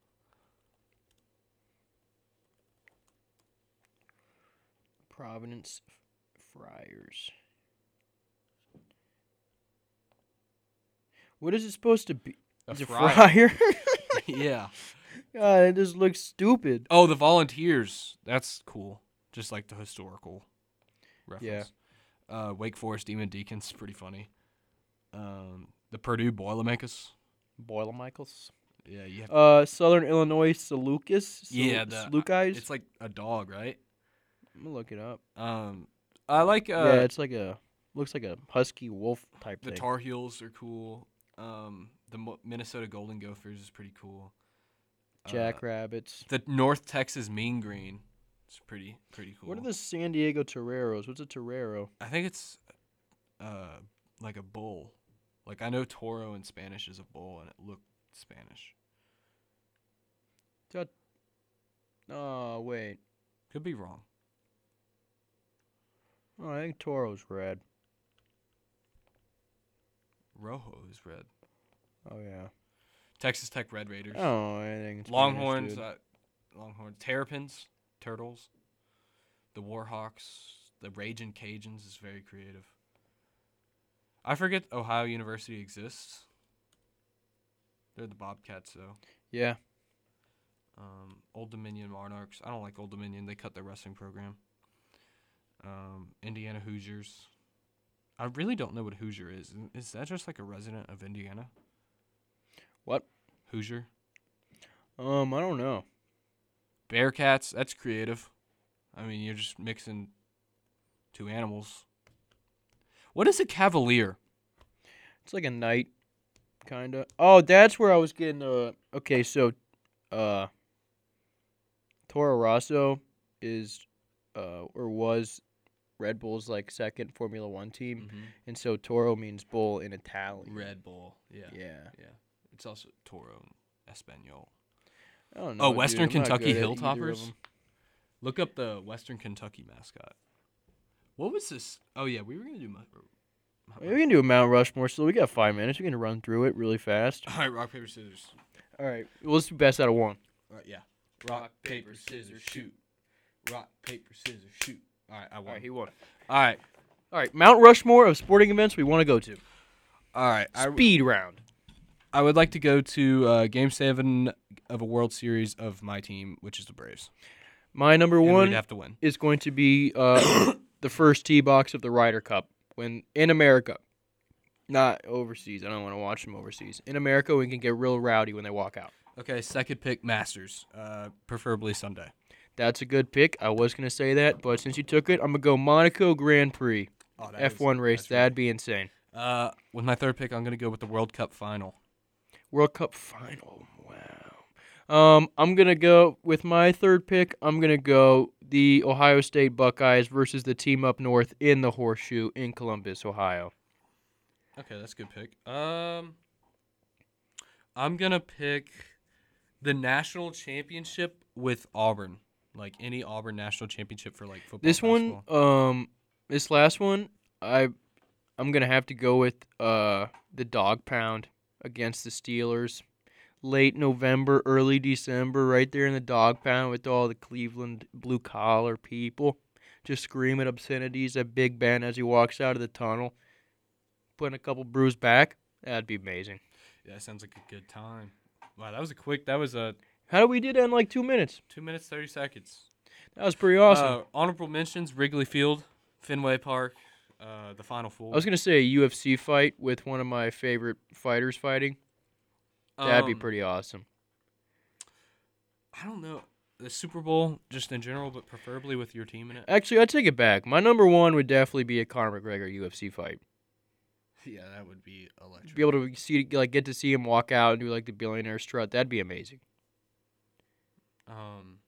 Providence Friars. What is it supposed to be?
A
Is it
friar.
friar?
yeah.
*laughs* God, it just looks stupid.
Oh, the Volunteers. That's cool. Just like the historical reference. Yeah. Uh, Wake Forest Demon Deacons. Pretty funny. Um, the Purdue Boilermakers.
Boyle Michaels.
Yeah, you have
Uh, Southern Illinois Seleucus.
Yeah, the- uh,
the, Seleucus.
It's like a dog, right?
I'm gonna look it up.
Um, I like
yeah,
uh,
it's like a looks like a husky wolf type
the
thing.
Tar Heels are cool. Um, the Mo- Minnesota Golden Gophers is pretty cool. Uh,
Jackrabbits.
the North Texas Mean Green is pretty pretty cool.
What are the San Diego Toreros? What's a torero?
I think it's uh like a bull. Like I know toro in Spanish is a bull, and it looked Spanish.
Oh wait,
Could be wrong.
oh, I think Toro's red.
Rojo is red.
Oh yeah.
Texas Tech Red Raiders.
Oh, I think it's
Longhorns,
Spanish,
uh, Longhorns, Terrapins, Turtles, the Warhawks, the Raging Cajuns is very creative. I forget Ohio University exists. They're the Bobcats, though.
dude. Yeah.
Um, Old Dominion Monarchs. I don't like Old Dominion. They cut their wrestling program. Um, Indiana Hoosiers. I really don't know what Hoosier is. Is that just like a resident of Indiana?
What?
Hoosier.
Um, I don't know.
Bearcats, that's creative. I mean, you're just mixing two animals. What is a cavalier?
It's like a knight, kinda. Oh, that's where I was getting. Uh, okay, so, uh, Toro Rosso is, uh, or was, Red Bull's like second Formula One team, and so Toro means bull in Italian.
Hmm. Mm-hmm. Red Bull. Yeah.
Yeah.
It's also Toro and Espanol.
I don't know.
Oh,
dude.
Western
I'm not
Kentucky
good at either of
Hilltoppers.
them.
Look up the Western Kentucky mascot. What was this? Oh, yeah, we were going to do. My,
We can do a Mount Rushmore. So we got five minutes. We can run through it really fast.
*laughs* All right, rock, paper, scissors.
All right. Well, let's do best out of one.
All right, yeah. Rock, paper, scissors, shoot. Rock, paper, scissors, shoot. All right, I won. All right.
won.
All right.
All right. Mount Rushmore of sporting events we want to go to.
I-
Speed round.
I would like to go to uh, Game Seven of a World Series of my team, which is the Braves.
My number
And
one
we'd have to win.
is going to be uh, *coughs* the first tee box of the Ryder Cup when in America, not overseas. I don't want to watch them overseas. In America, we can get real rowdy when they walk out.
Okay, second pick, Masters, uh, preferably Sunday.
That's a good pick. I was gonna say that, but since you took it, I'm gonna go Monaco Grand Prix
Oh, that is-
F1 race.
that's
That'd be insane.
right. Uh, with my third pick, I'm gonna go with the World Cup final.
World Cup final. Wow. Um, I'm gonna go with my third pick. I'm gonna go the Ohio State Buckeyes versus the team up north in the Horseshoe in Columbus, Ohio.
Okay, that's a good pick. Um, I'm gonna pick the national championship with Auburn, like any Auburn national championship for like football.
This one, um, this last one, I I'm gonna have to go with uh the dog pound against the Steelers. Late November, early December, right there in the dog pound with all the Cleveland blue collar people just screaming obscenities at Big Ben as he walks out of the tunnel. Putting a couple brews back, that'd be amazing.
Yeah, that sounds like a good time. Wow, that was a quick. That was a
How did we do that in like two minutes?
two minutes thirty seconds.
That was pretty awesome.
Uh, honorable mentions: Wrigley Field, Fenway Park, uh, the Final Four.
I was gonna say a UFC fight with one of my favorite fighters fighting. That'd be
Um,
pretty awesome.
I don't know the Super Bowl just in general, but preferably with your team in it.
Actually, I take it back. My number one would definitely be a Conor McGregor UFC fight.
Yeah, that would be electric.
Be able to see, like, get to see him walk out and do like the billionaire strut. That'd be amazing.
Um,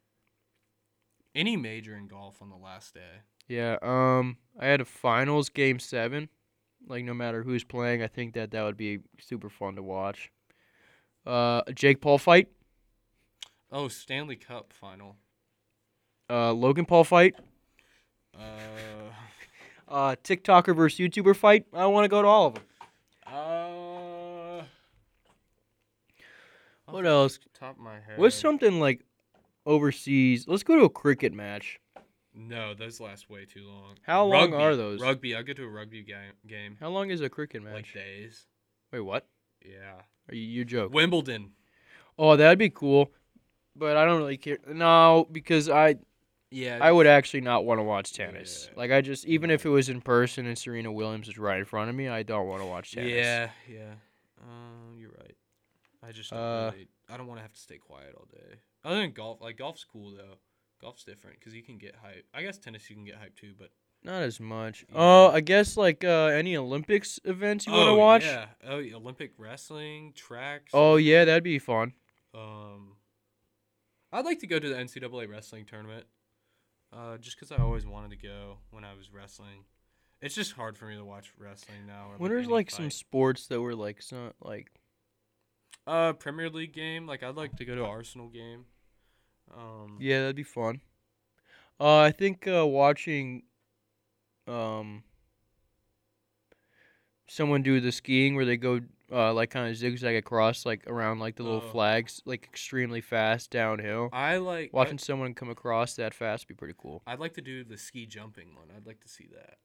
Any major in golf on the last day.
Yeah. Um, I had a finals game seven. Like, no matter who's playing, I think that that would be super fun to watch. Uh, a Jake Paul fight.
oh, Stanley Cup Final.
Uh, Logan Paul fight. *laughs*
Uh,
Uh, TikToker versus YouTuber fight. I want to go to all of them.
uh,
What else?
top of my head.
What's something like overseas? Let's go to a cricket match.
No, those last way too long.
How long are those?
Rugby. I'll get to a rugby game. Game
How long is a cricket match?
like days.
Wait, what?
Yeah.
Are you you joking?
Wimbledon.
Oh, that'd be cool, but I don't really care. No, because I
Yeah.
I would actually not want to watch tennis.
Yeah.
Like I just even if it was in person and Serena Williams is right in front of me, I don't want to watch tennis.
Yeah, yeah. Um, you're right. I just don't
Uh,
really, I don't want to have to stay quiet all day. Other than golf, like golf's cool though. Golf's different because you can get hype. I guess tennis you can get hype too, but
not as much.
Yeah.
Oh, I guess like uh, any Olympics events you want to
Oh,
watch.
Yeah. Oh, yeah, Olympic wrestling, tracks.
Oh yeah, that'd be fun.
Um, I'd like to go to the NCAA wrestling tournament. Uh, just because I always wanted to go when I was wrestling. It's just hard for me to watch wrestling now. Or,
When there's
any
like some
fight.
sports that were like some like
uh Premier League game. Like I'd like to go to Arsenal game. Um,
Yeah, that'd be fun. Uh, I think uh, watching um someone do the skiing where they go uh, like kind of zigzag across like around like the little
Oh.
flags like extremely fast downhill.
I like
Watching someone come across that fast would be pretty cool.
I, would like to do the ski jumping one. I'd like to see that,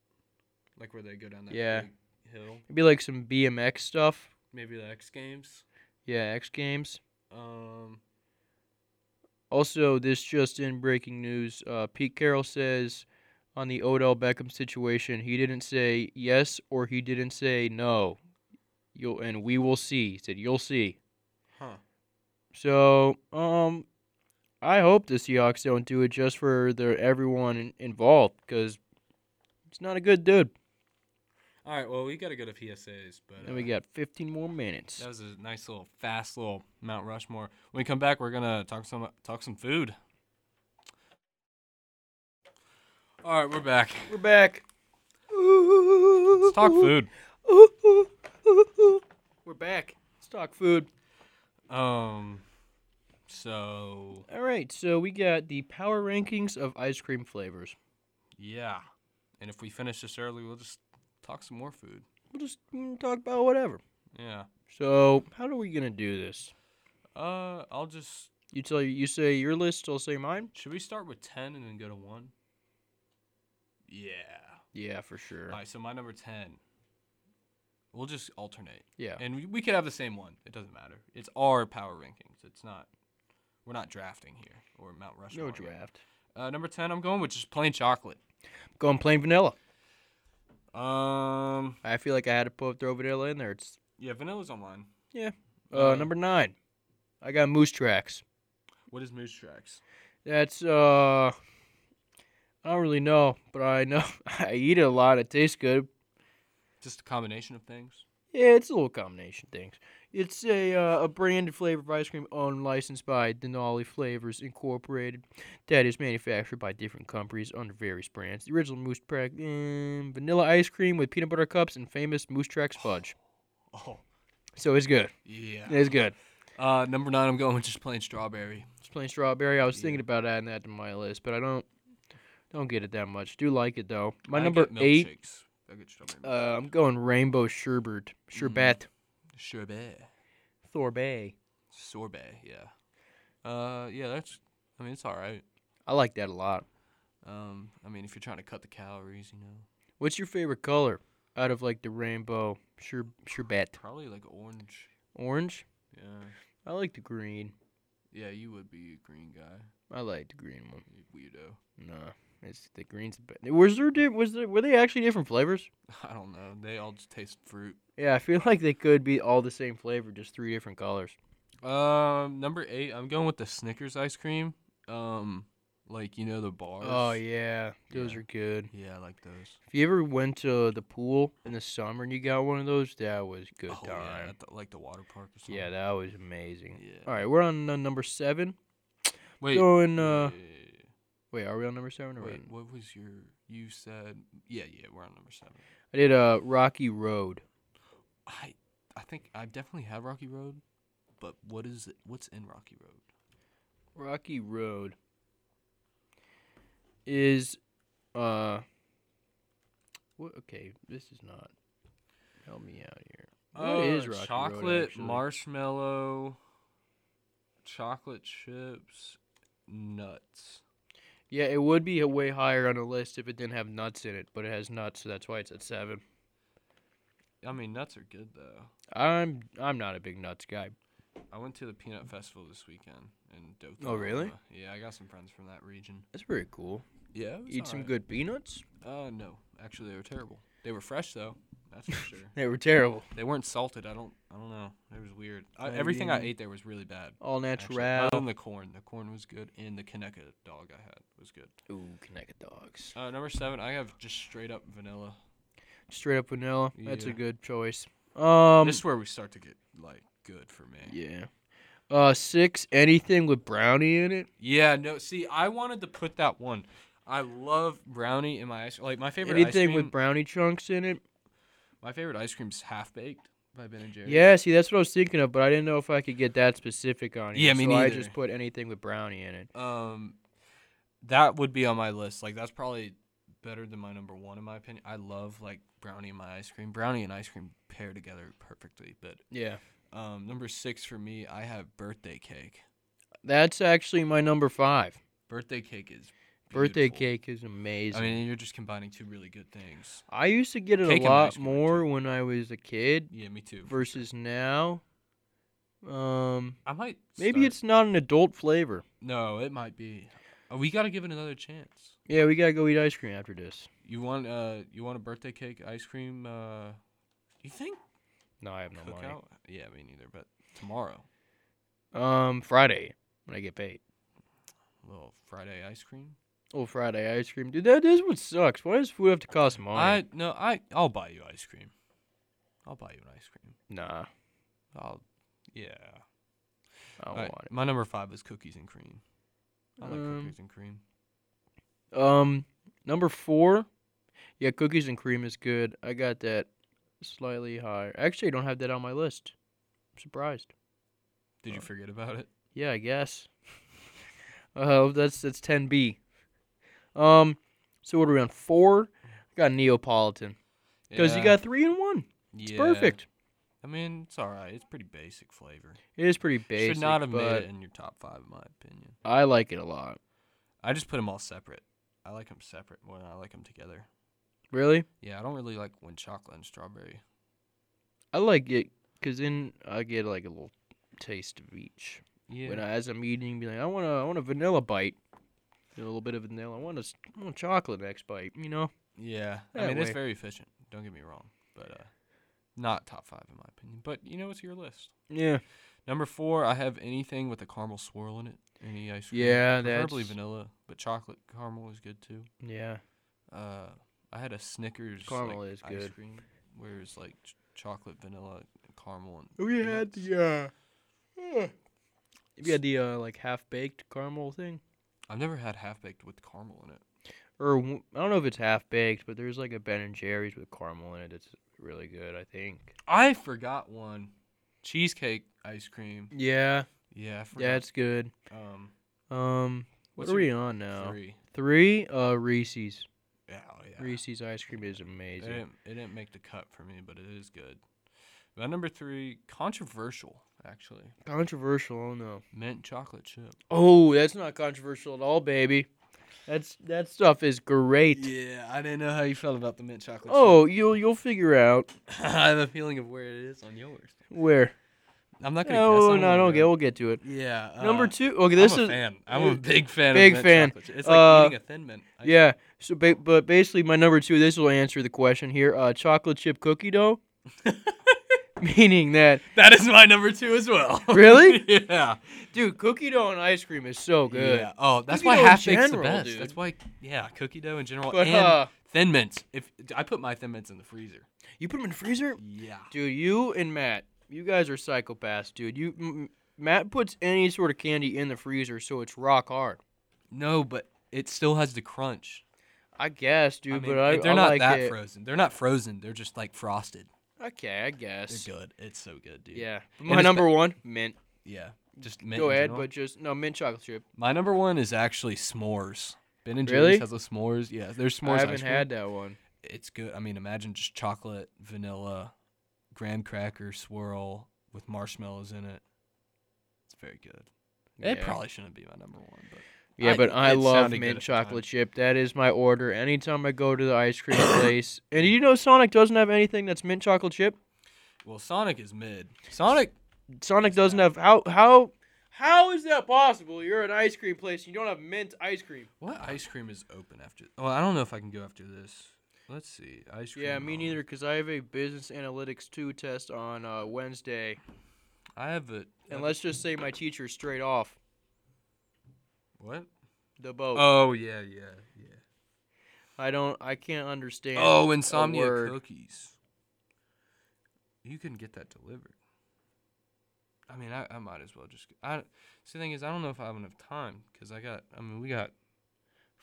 like where they go down that
Yeah.
big hill.
It'd be like some BMX stuff.
Maybe the X Games.
Yeah, X Games.
Um,
Also, this just in breaking news: uh, Pete Carroll says on the Odell Beckham situation, he didn't say yes or he didn't say no. You'll and we will see. He said you'll see.
huh?
So, um, I hope the Seahawks don't do it just for their everyone in, involved because it's not a good dude.
All right. Well, we gotta go to PSAs, but
And we
uh,
got 15 more minutes.
that was a nice little fast little Mount Rushmore. When we come back, we're gonna talk some talk some food. All right, we're back.
We're back.
Let's talk food.
We're back. Let's talk food.
Um, so
All right, so we got the power rankings of ice cream flavors.
yeah, and if we finish this early, we'll just talk some more food.
We'll just mm, talk about whatever.
Yeah.
So, how are we gonna do this?
Uh, I'll just.
You tell you say your list, I'll say mine.
Should we start with ten and then go to one? Yeah.
Yeah, for sure.
All right. So my number ten. We'll just alternate,
Yeah,
and we, we could have the same one. It doesn't matter. It's our power rankings. It's not. We're not drafting here or Mount Rushmore.
no
here.
draft.
Uh, number ten. I'm going with just plain chocolate.
Going plain vanilla.
Um.
I feel like I had to put throw vanilla in there. It's
Yeah, vanilla's online.
uh,
Uh,
number nine. I got moose tracks.
What is Moose Tracks?
That's uh, I don't really know, but I know *laughs* I eat it a lot. It tastes good.
Just a combination of things.
Yeah, it's a little combination things. It's a uh, a branded flavor of ice cream owned and licensed by Denali Flavors Incorporated that is manufactured by different companies under various brands. The original Moose Track mm, vanilla ice cream with peanut butter cups and famous Moose Tracks fudge.
Oh.
So it's good.
Yeah.
It's good.
Uh, number nine. I'm going with just plain strawberry.
It's plain strawberry. I was
Yeah.
thinking about adding that to my list, but I don't don't get it that much. Do like it though. My
I
number
get
eight
milkshakes. They'll get strawberry milk.
Uh, I'm going Rainbow Sherbert. Sherbet.
Mm. Sherbet.
Thorbet.
Sorbet, yeah. Uh, yeah, that's. I mean, it's all right.
I like that a lot.
Um, I mean, if you're trying to cut the calories, you know,
What's your favorite color out of like the rainbow sher- sherbet?
probably like orange.
Orange?
Yeah.
I like the green.
Yeah, you would be a green guy,
I like the green one.
you weirdo. *laughs*
Nah, it's the green's the best. Was there di- was there were they actually different flavors?
I don't know. They all just taste fruit.
Yeah, I feel *laughs* like they could be all the same flavor, just three different colors.
Um, number eight, I'm going with the Snickers ice cream. Um, like you know the bars.
Oh yeah, those
Yeah.
are good.
Yeah, I like those.
If you ever went to the pool in the summer and you got one of those, that was good
oh, Yeah,
time.
at the, like the water park or something.
Yeah, that was amazing.
Yeah.
All right, we're on uh, number seven.
Wait.
Going uh,
wait,
wait, are we on number seven or
wait,
eight?
what was your? You said. Yeah, yeah. We're on number seven.
I did uh Rocky Road.
I, I think I've definitely had Rocky Road, but what is it? What's in Rocky Road?
Rocky Road is uh what okay, this is not help me out here. What is Rocky Road,
Uh, chocolate
actually?
marshmallow, chocolate chips, nuts.
Yeah, it would be a way higher on the list if it didn't have nuts in it, but it has nuts, so that's why it's at seven.
I mean, nuts are good though.
I'm I'm not a big nuts guy.
I went to the Peanut Festival this weekend in Dothan.
Oh, really?
Oklahoma. Yeah, I got some friends from that region.
That's pretty cool.
Yeah, it was
Eat some
alright.
good peanuts.
Uh, no, actually, they were terrible. They were fresh though. That's for
*laughs*
sure.
They were terrible.
They weren't salted. I don't. I don't know. It was weird. I,
Oh,
everything I
yeah.
ate there was really bad.
All
actually, Other than
natural.
the corn, the corn was good, and the Kaneka dog I had was good.
Ooh, Connecticut dogs.
Uh, number seven, I have just straight up vanilla.
Straight up vanilla. That's a
Yeah.
good choice. Um
this is where we start to get like good for me. Yeah.
Yeah. Uh, six. Anything with brownie in it.
no. See, I wanted to put that one. I love brownie in my ice. Like my favorite ice
anything
cream.
with brownie chunks in it.
my favorite ice cream's half baked by Ben and Jerry's.
Yeah. See, that's what I was thinking of, but I didn't know if I could get that specific on here.
Yeah, me
so I
neither.
just put anything with brownie in it.
Um, that would be on my list. Like that's probably better than my number one in my opinion. I love like brownie and my ice cream. Brownie and ice cream pair together perfectly. But
Yeah.
um, number six for me, I have birthday cake.
That's actually my number five.
Birthday cake is
Birthday
beautiful.
cake is amazing.
I
I,
mean, you're just combining two really good things.
used to get it
Cake
a
and ice
lot
cream,
more
too.
when I was a kid
Yeah, me too.
versus now. Um,
I might.
maybe
start-
it's not an adult flavor.
no. It might be. Oh, we gotta give it another chance.
Yeah, we gotta go eat ice cream after this.
You want uh, you want a birthday cake ice cream? Uh, you think
No, I have no
cookout? Yeah, me neither. But tomorrow,
money. Um, Friday when I get paid.
a little Friday ice cream.
Oh, Friday ice cream, dude. That is what sucks. Why does food have to cost money?
I no, I I'll buy you ice cream. I'll buy you an ice cream.
nah,
I'll yeah.
I don't
Alright,
want
My number five is cookies and cream. I like
Um,
cookies and cream.
it. Um, number four, yeah, cookies and cream is good. I got that slightly higher. Actually, I don't have that on my list. I'm surprised.
Did you
uh,
forget about it?
Yeah, I guess. *laughs* uh, that's that's ten B. Um, so what are we on four? I got Neapolitan because you got three in one. It's
Yeah.
perfect.
I mean, it's all right. It's pretty basic flavor.
It is pretty basic,
Should not have
but
made it in your top five, in my opinion.
I like it a lot.
I just put them all separate. I like them separate more than I like them together.
Really.
Yeah, I don't really like when chocolate and strawberry.
I like it because then I get like a little taste of each.
Yeah.
When I, as I'm eating, be like, I want to, I want a vanilla bite, a little bit of vanilla. I want a, s- I want chocolate next bite. You know,
yeah. I
That
mean, it's
way.
very efficient. Don't get me wrong, but uh, not top five in my opinion. But you know, it's your list.
yeah,
Number four, I have anything with a caramel swirl in it. Any ice cream.
Yeah,
Preferably
that's-
vanilla, but chocolate caramel is good too.
yeah.
Uh, I had a Snickers like,
Caramel is
ice
good.
cream, where it's like ch- chocolate, vanilla, caramel, and
We
Oh, had
the, uh, we had the uh, like half baked caramel thing,
I've never had half baked with caramel in it.
or w- I don't know if it's half baked, but there's like a Ben and Jerry's with caramel in it. It's really good, I think.
I forgot one, cheesecake ice cream.
Yeah,
Yeah, I forgot.
that's good.
um,
Um, what
what's
are
your
we on now?
three?
Three, uh, Reese's.
Yeah, oh, yeah.
Reese's ice cream is
It
amazing.
didn't, it didn't make the cut for me, but it is good. My number three, controversial actually,
Controversial, oh no.
mint chocolate chip.
Oh, that's not controversial at all, baby. That's that stuff is great.
Yeah, I didn't know how you felt about the mint chocolate.
Oh, you'll you'll figure out
chip. *laughs* I have a feeling of where it is on yours.
where.
I'm not gonna. guess.
Oh
I
no,
wanna
no, okay,
know.
we'll get to it.
Yeah. Uh,
Number two. Okay, this
I'm a
is
fan. I'm a big fan.
Big
of mint
fan.
chocolate chip. It's like
Uh,
eating a thin mint. I-
yeah. So, ba- but basically, my number two. This will answer the question here. Uh, chocolate chip cookie dough, *laughs* meaning that
*laughs* that is my number two as well.
Really?
*laughs* yeah.
dude, cookie dough and ice cream is so good.
Yeah. Oh, that's
Cookie
why
dough in
half baked's the
general,
best.
dude.
That's why. Yeah, cookie dough in general
But
and
uh,
thin mints. If I put my thin mints in the freezer.
you put them in the freezer,
Yeah.
dude. You and Matt, you guys are psychopaths, dude. You m- Matt puts any sort of candy in the freezer, so it's rock hard.
No, but it still has the crunch.
I guess, dude.
I mean,
but I,
they're
I
not
like
that
it.
frozen. They're not frozen. They're just like frosted.
Okay, I guess.
They're good. It's so good, dude.
Yeah.
And
My
it's
number one, mint.
Yeah. Just mint
Go
in
ahead,
general.
but just no mint chocolate chip.
My number one is actually s'mores. Ben and
Really?
Jerry's has a s'mores. Yeah, there's s'mores.
I
ice
haven't
cream.
had that one.
It's good. I mean, imagine just chocolate, vanilla, graham cracker swirl with marshmallows in it. It's very good. It
Yeah.
probably shouldn't be my number one, but
Yeah,
I-
but I
it
love
sounded good
mint
at the time.
chocolate chip. That is my order anytime I go to the ice
*coughs*
cream place. And you know Sonic doesn't have anything that's mint chocolate chip?
well, Sonic is mid. Sonic.
Sonic doesn't have how how how is that possible? You're an ice cream place and you don't have mint ice cream.
What ice cream is open after? Oh, I don't know if I can go after this. Let's see. Ice cream.
Yeah, me
only.
neither cuz I have a business analytics 2 test on uh, Wednesday.
I have a
And let's just say my teacher's straight off
what?
the boat.
Oh yeah, yeah, yeah.
I don't I can't understand.
Oh, insomnia
word.
cookies. You can get that delivered. I mean, I, I might as well just. I see. The thing is, I don't know if I have enough time because I got. I mean, we got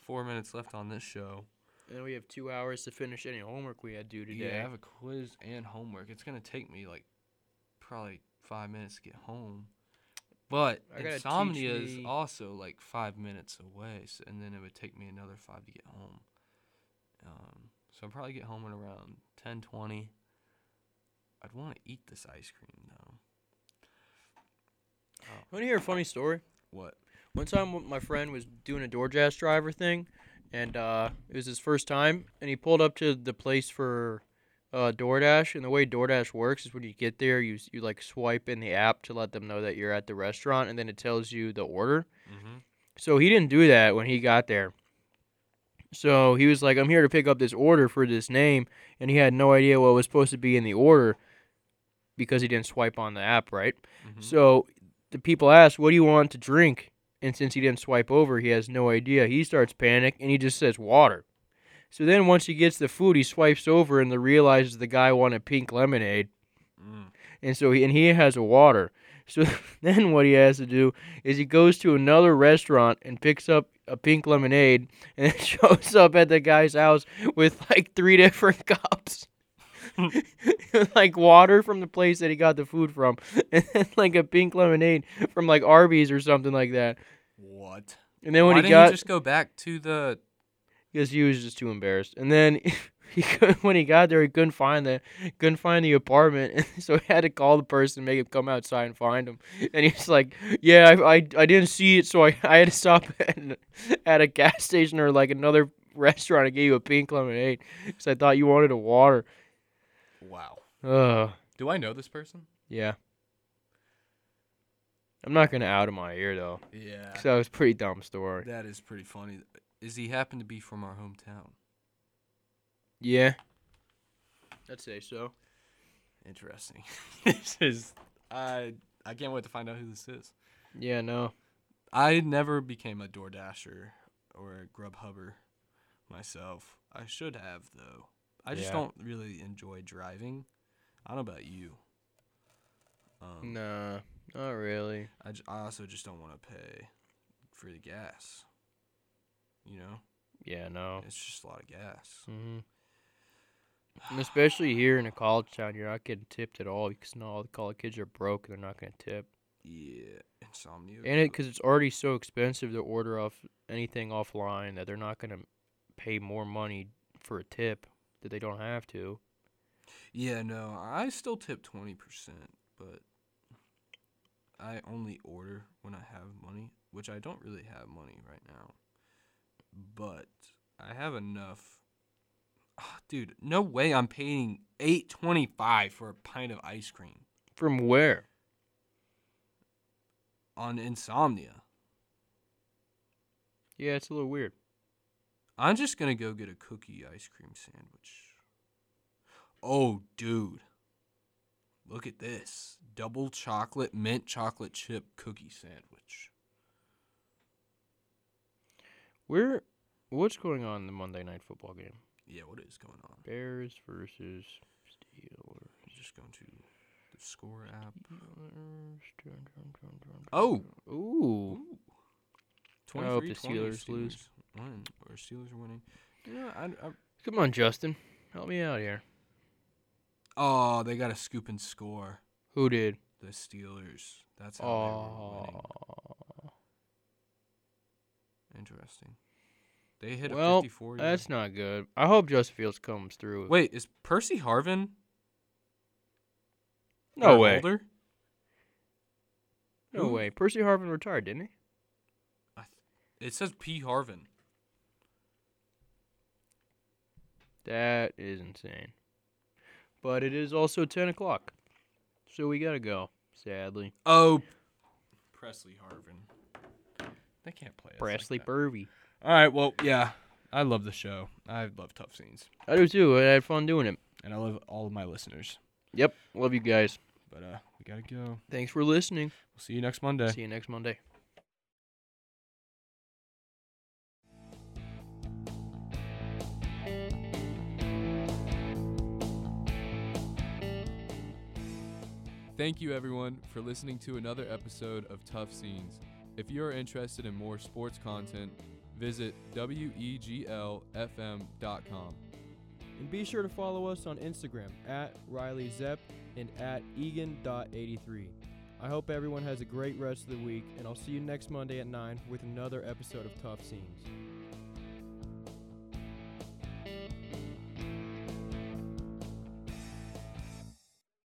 four minutes left on this show.
And we have 2 hours to finish any homework we had due
Yeah, I
today.
have a quiz and homework. It's gonna take me like probably five minutes to get home. But
I gotta teach
insomnia is
me-
also like five minutes away, so, and then it would take me another five to get home. Um, so I'll probably get home at around ten twenty. I'd want to eat this ice cream though.
Want to hear a funny story?
What?
One time, my friend was doing a DoorDash driver thing, and uh, it was his first time. And he pulled up to the place for uh, DoorDash. And the way DoorDash works is when you get there, you s- you like swipe in the app to let them know that you're at the restaurant, and then it tells you the order.
Mm-hmm.
So he didn't do that when he got there. So he was like, "I'm here to pick up this order for this name," and he had no idea what was supposed to be in the order because he didn't swipe on the app, right?
Mm-hmm.
So the people ask, "What do you want to drink?" And since he didn't swipe over, he has no idea. He starts panic and he just says water. So then once he gets the food, he swipes over and the realizes the guy wanted pink lemonade,
Mm.
and so he and he has a water. So *laughs* then what he has to do is he goes to another restaurant and picks up a pink lemonade and then *laughs* shows up at the guy's house with like three different *laughs* cups. like water from the place that he got the food from *laughs* and then like a pink lemonade from like Arby's or something like that.
What?
And then when he
Why didn't
got
you just go back to the?
because he was just too embarrassed. And then *laughs* he could, when he got there, he couldn't find the couldn't find the apartment, *laughs* and so he had to call the person, make him come outside and find him. *laughs* And he's like, "Yeah, I, I, I didn't see it, so I, *laughs* I had to stop at, an- at a gas station or like another *laughs* restaurant. I gave you a pink lemonade because I thought you wanted a water."
Wow.
Ugh,
Do I know this person?
yeah. I'm not gonna out of my ear though,
Yeah.
because that was a pretty dumb story.
That is pretty funny. Is he happen to be from our hometown?
Yeah. I'd say so.
Interesting.
*laughs*
this is I I can't wait to find out who this is.
Yeah, no.
I never became a DoorDasher or a Grubhubber myself. I should have though. I just
Yeah.
don't really enjoy driving. I don't know about you. Um,
Nah, not really.
I, j- I also just don't want to pay for the gas. You know,
Yeah, no.
it's just a lot of gas.
hmm And especially here in a college town, you're not getting tipped at all because not all the college kids are broke. They're not going to tip,
*sighs* Yeah, insomnia.
and it because it's already so expensive to order off anything offline that they're not going to pay more money for a tip that they don't have to.
Yeah, no, I still tip twenty percent, but I only order when I have money, which I don't really have money right now. But I have enough. Ah, dude, no way I'm paying eight twenty five for a pint of ice cream
From where?
on insomnia.
Yeah, it's a little weird.
I'm just gonna go get a cookie ice cream sandwich. Oh, dude. Look at this. Double chocolate mint chocolate chip cookie sandwich.
Where? What's going on in the Monday night football game?
Yeah, what is going on?
Bears versus Steelers.
I'm just going to the score app.
Oh.
Oh.
Ooh.
Ooh.
I hope the
23-20
Steelers lose.
Won, or Steelers are winning. Yeah, I, I,
Come on, Justin. Help me out here.
oh, they got a scoop and score.
Who did?
The Steelers. That's how they were winning.
Oh.
Interesting. They hit
Well,
a 54. yeah.
That's not good. I hope Justin Fields comes through.
Wait, is Percy Harvin?
no
or
way.
Older?
No
Who?
way. Percy Harvin retired, didn't he?
I th- it says P. Harvin.
That is insane. But it is also 10 o'clock. So we got to go, sadly.
Oh, Presley Harvin. They can't play. us like
Presley
that.
Burvey.
All right. Well, yeah. I love the show. I love tough scenes,
I do too. I had fun doing it.
and I love all of my listeners.
Yep. Love you guys.
But uh, we gotta go. We'll
Thanks for listening.
see you next Monday.
See you next Monday.
Thank you, everyone, for listening to another episode of Tough Scenes. If you are interested in more sports content, visit E weglfm.com.
And be sure to follow us on Instagram at Riley Zepp and at Egan.83. I hope everyone has a great rest of the week, and I'll see you next Monday at 9 with another episode of Tough Scenes.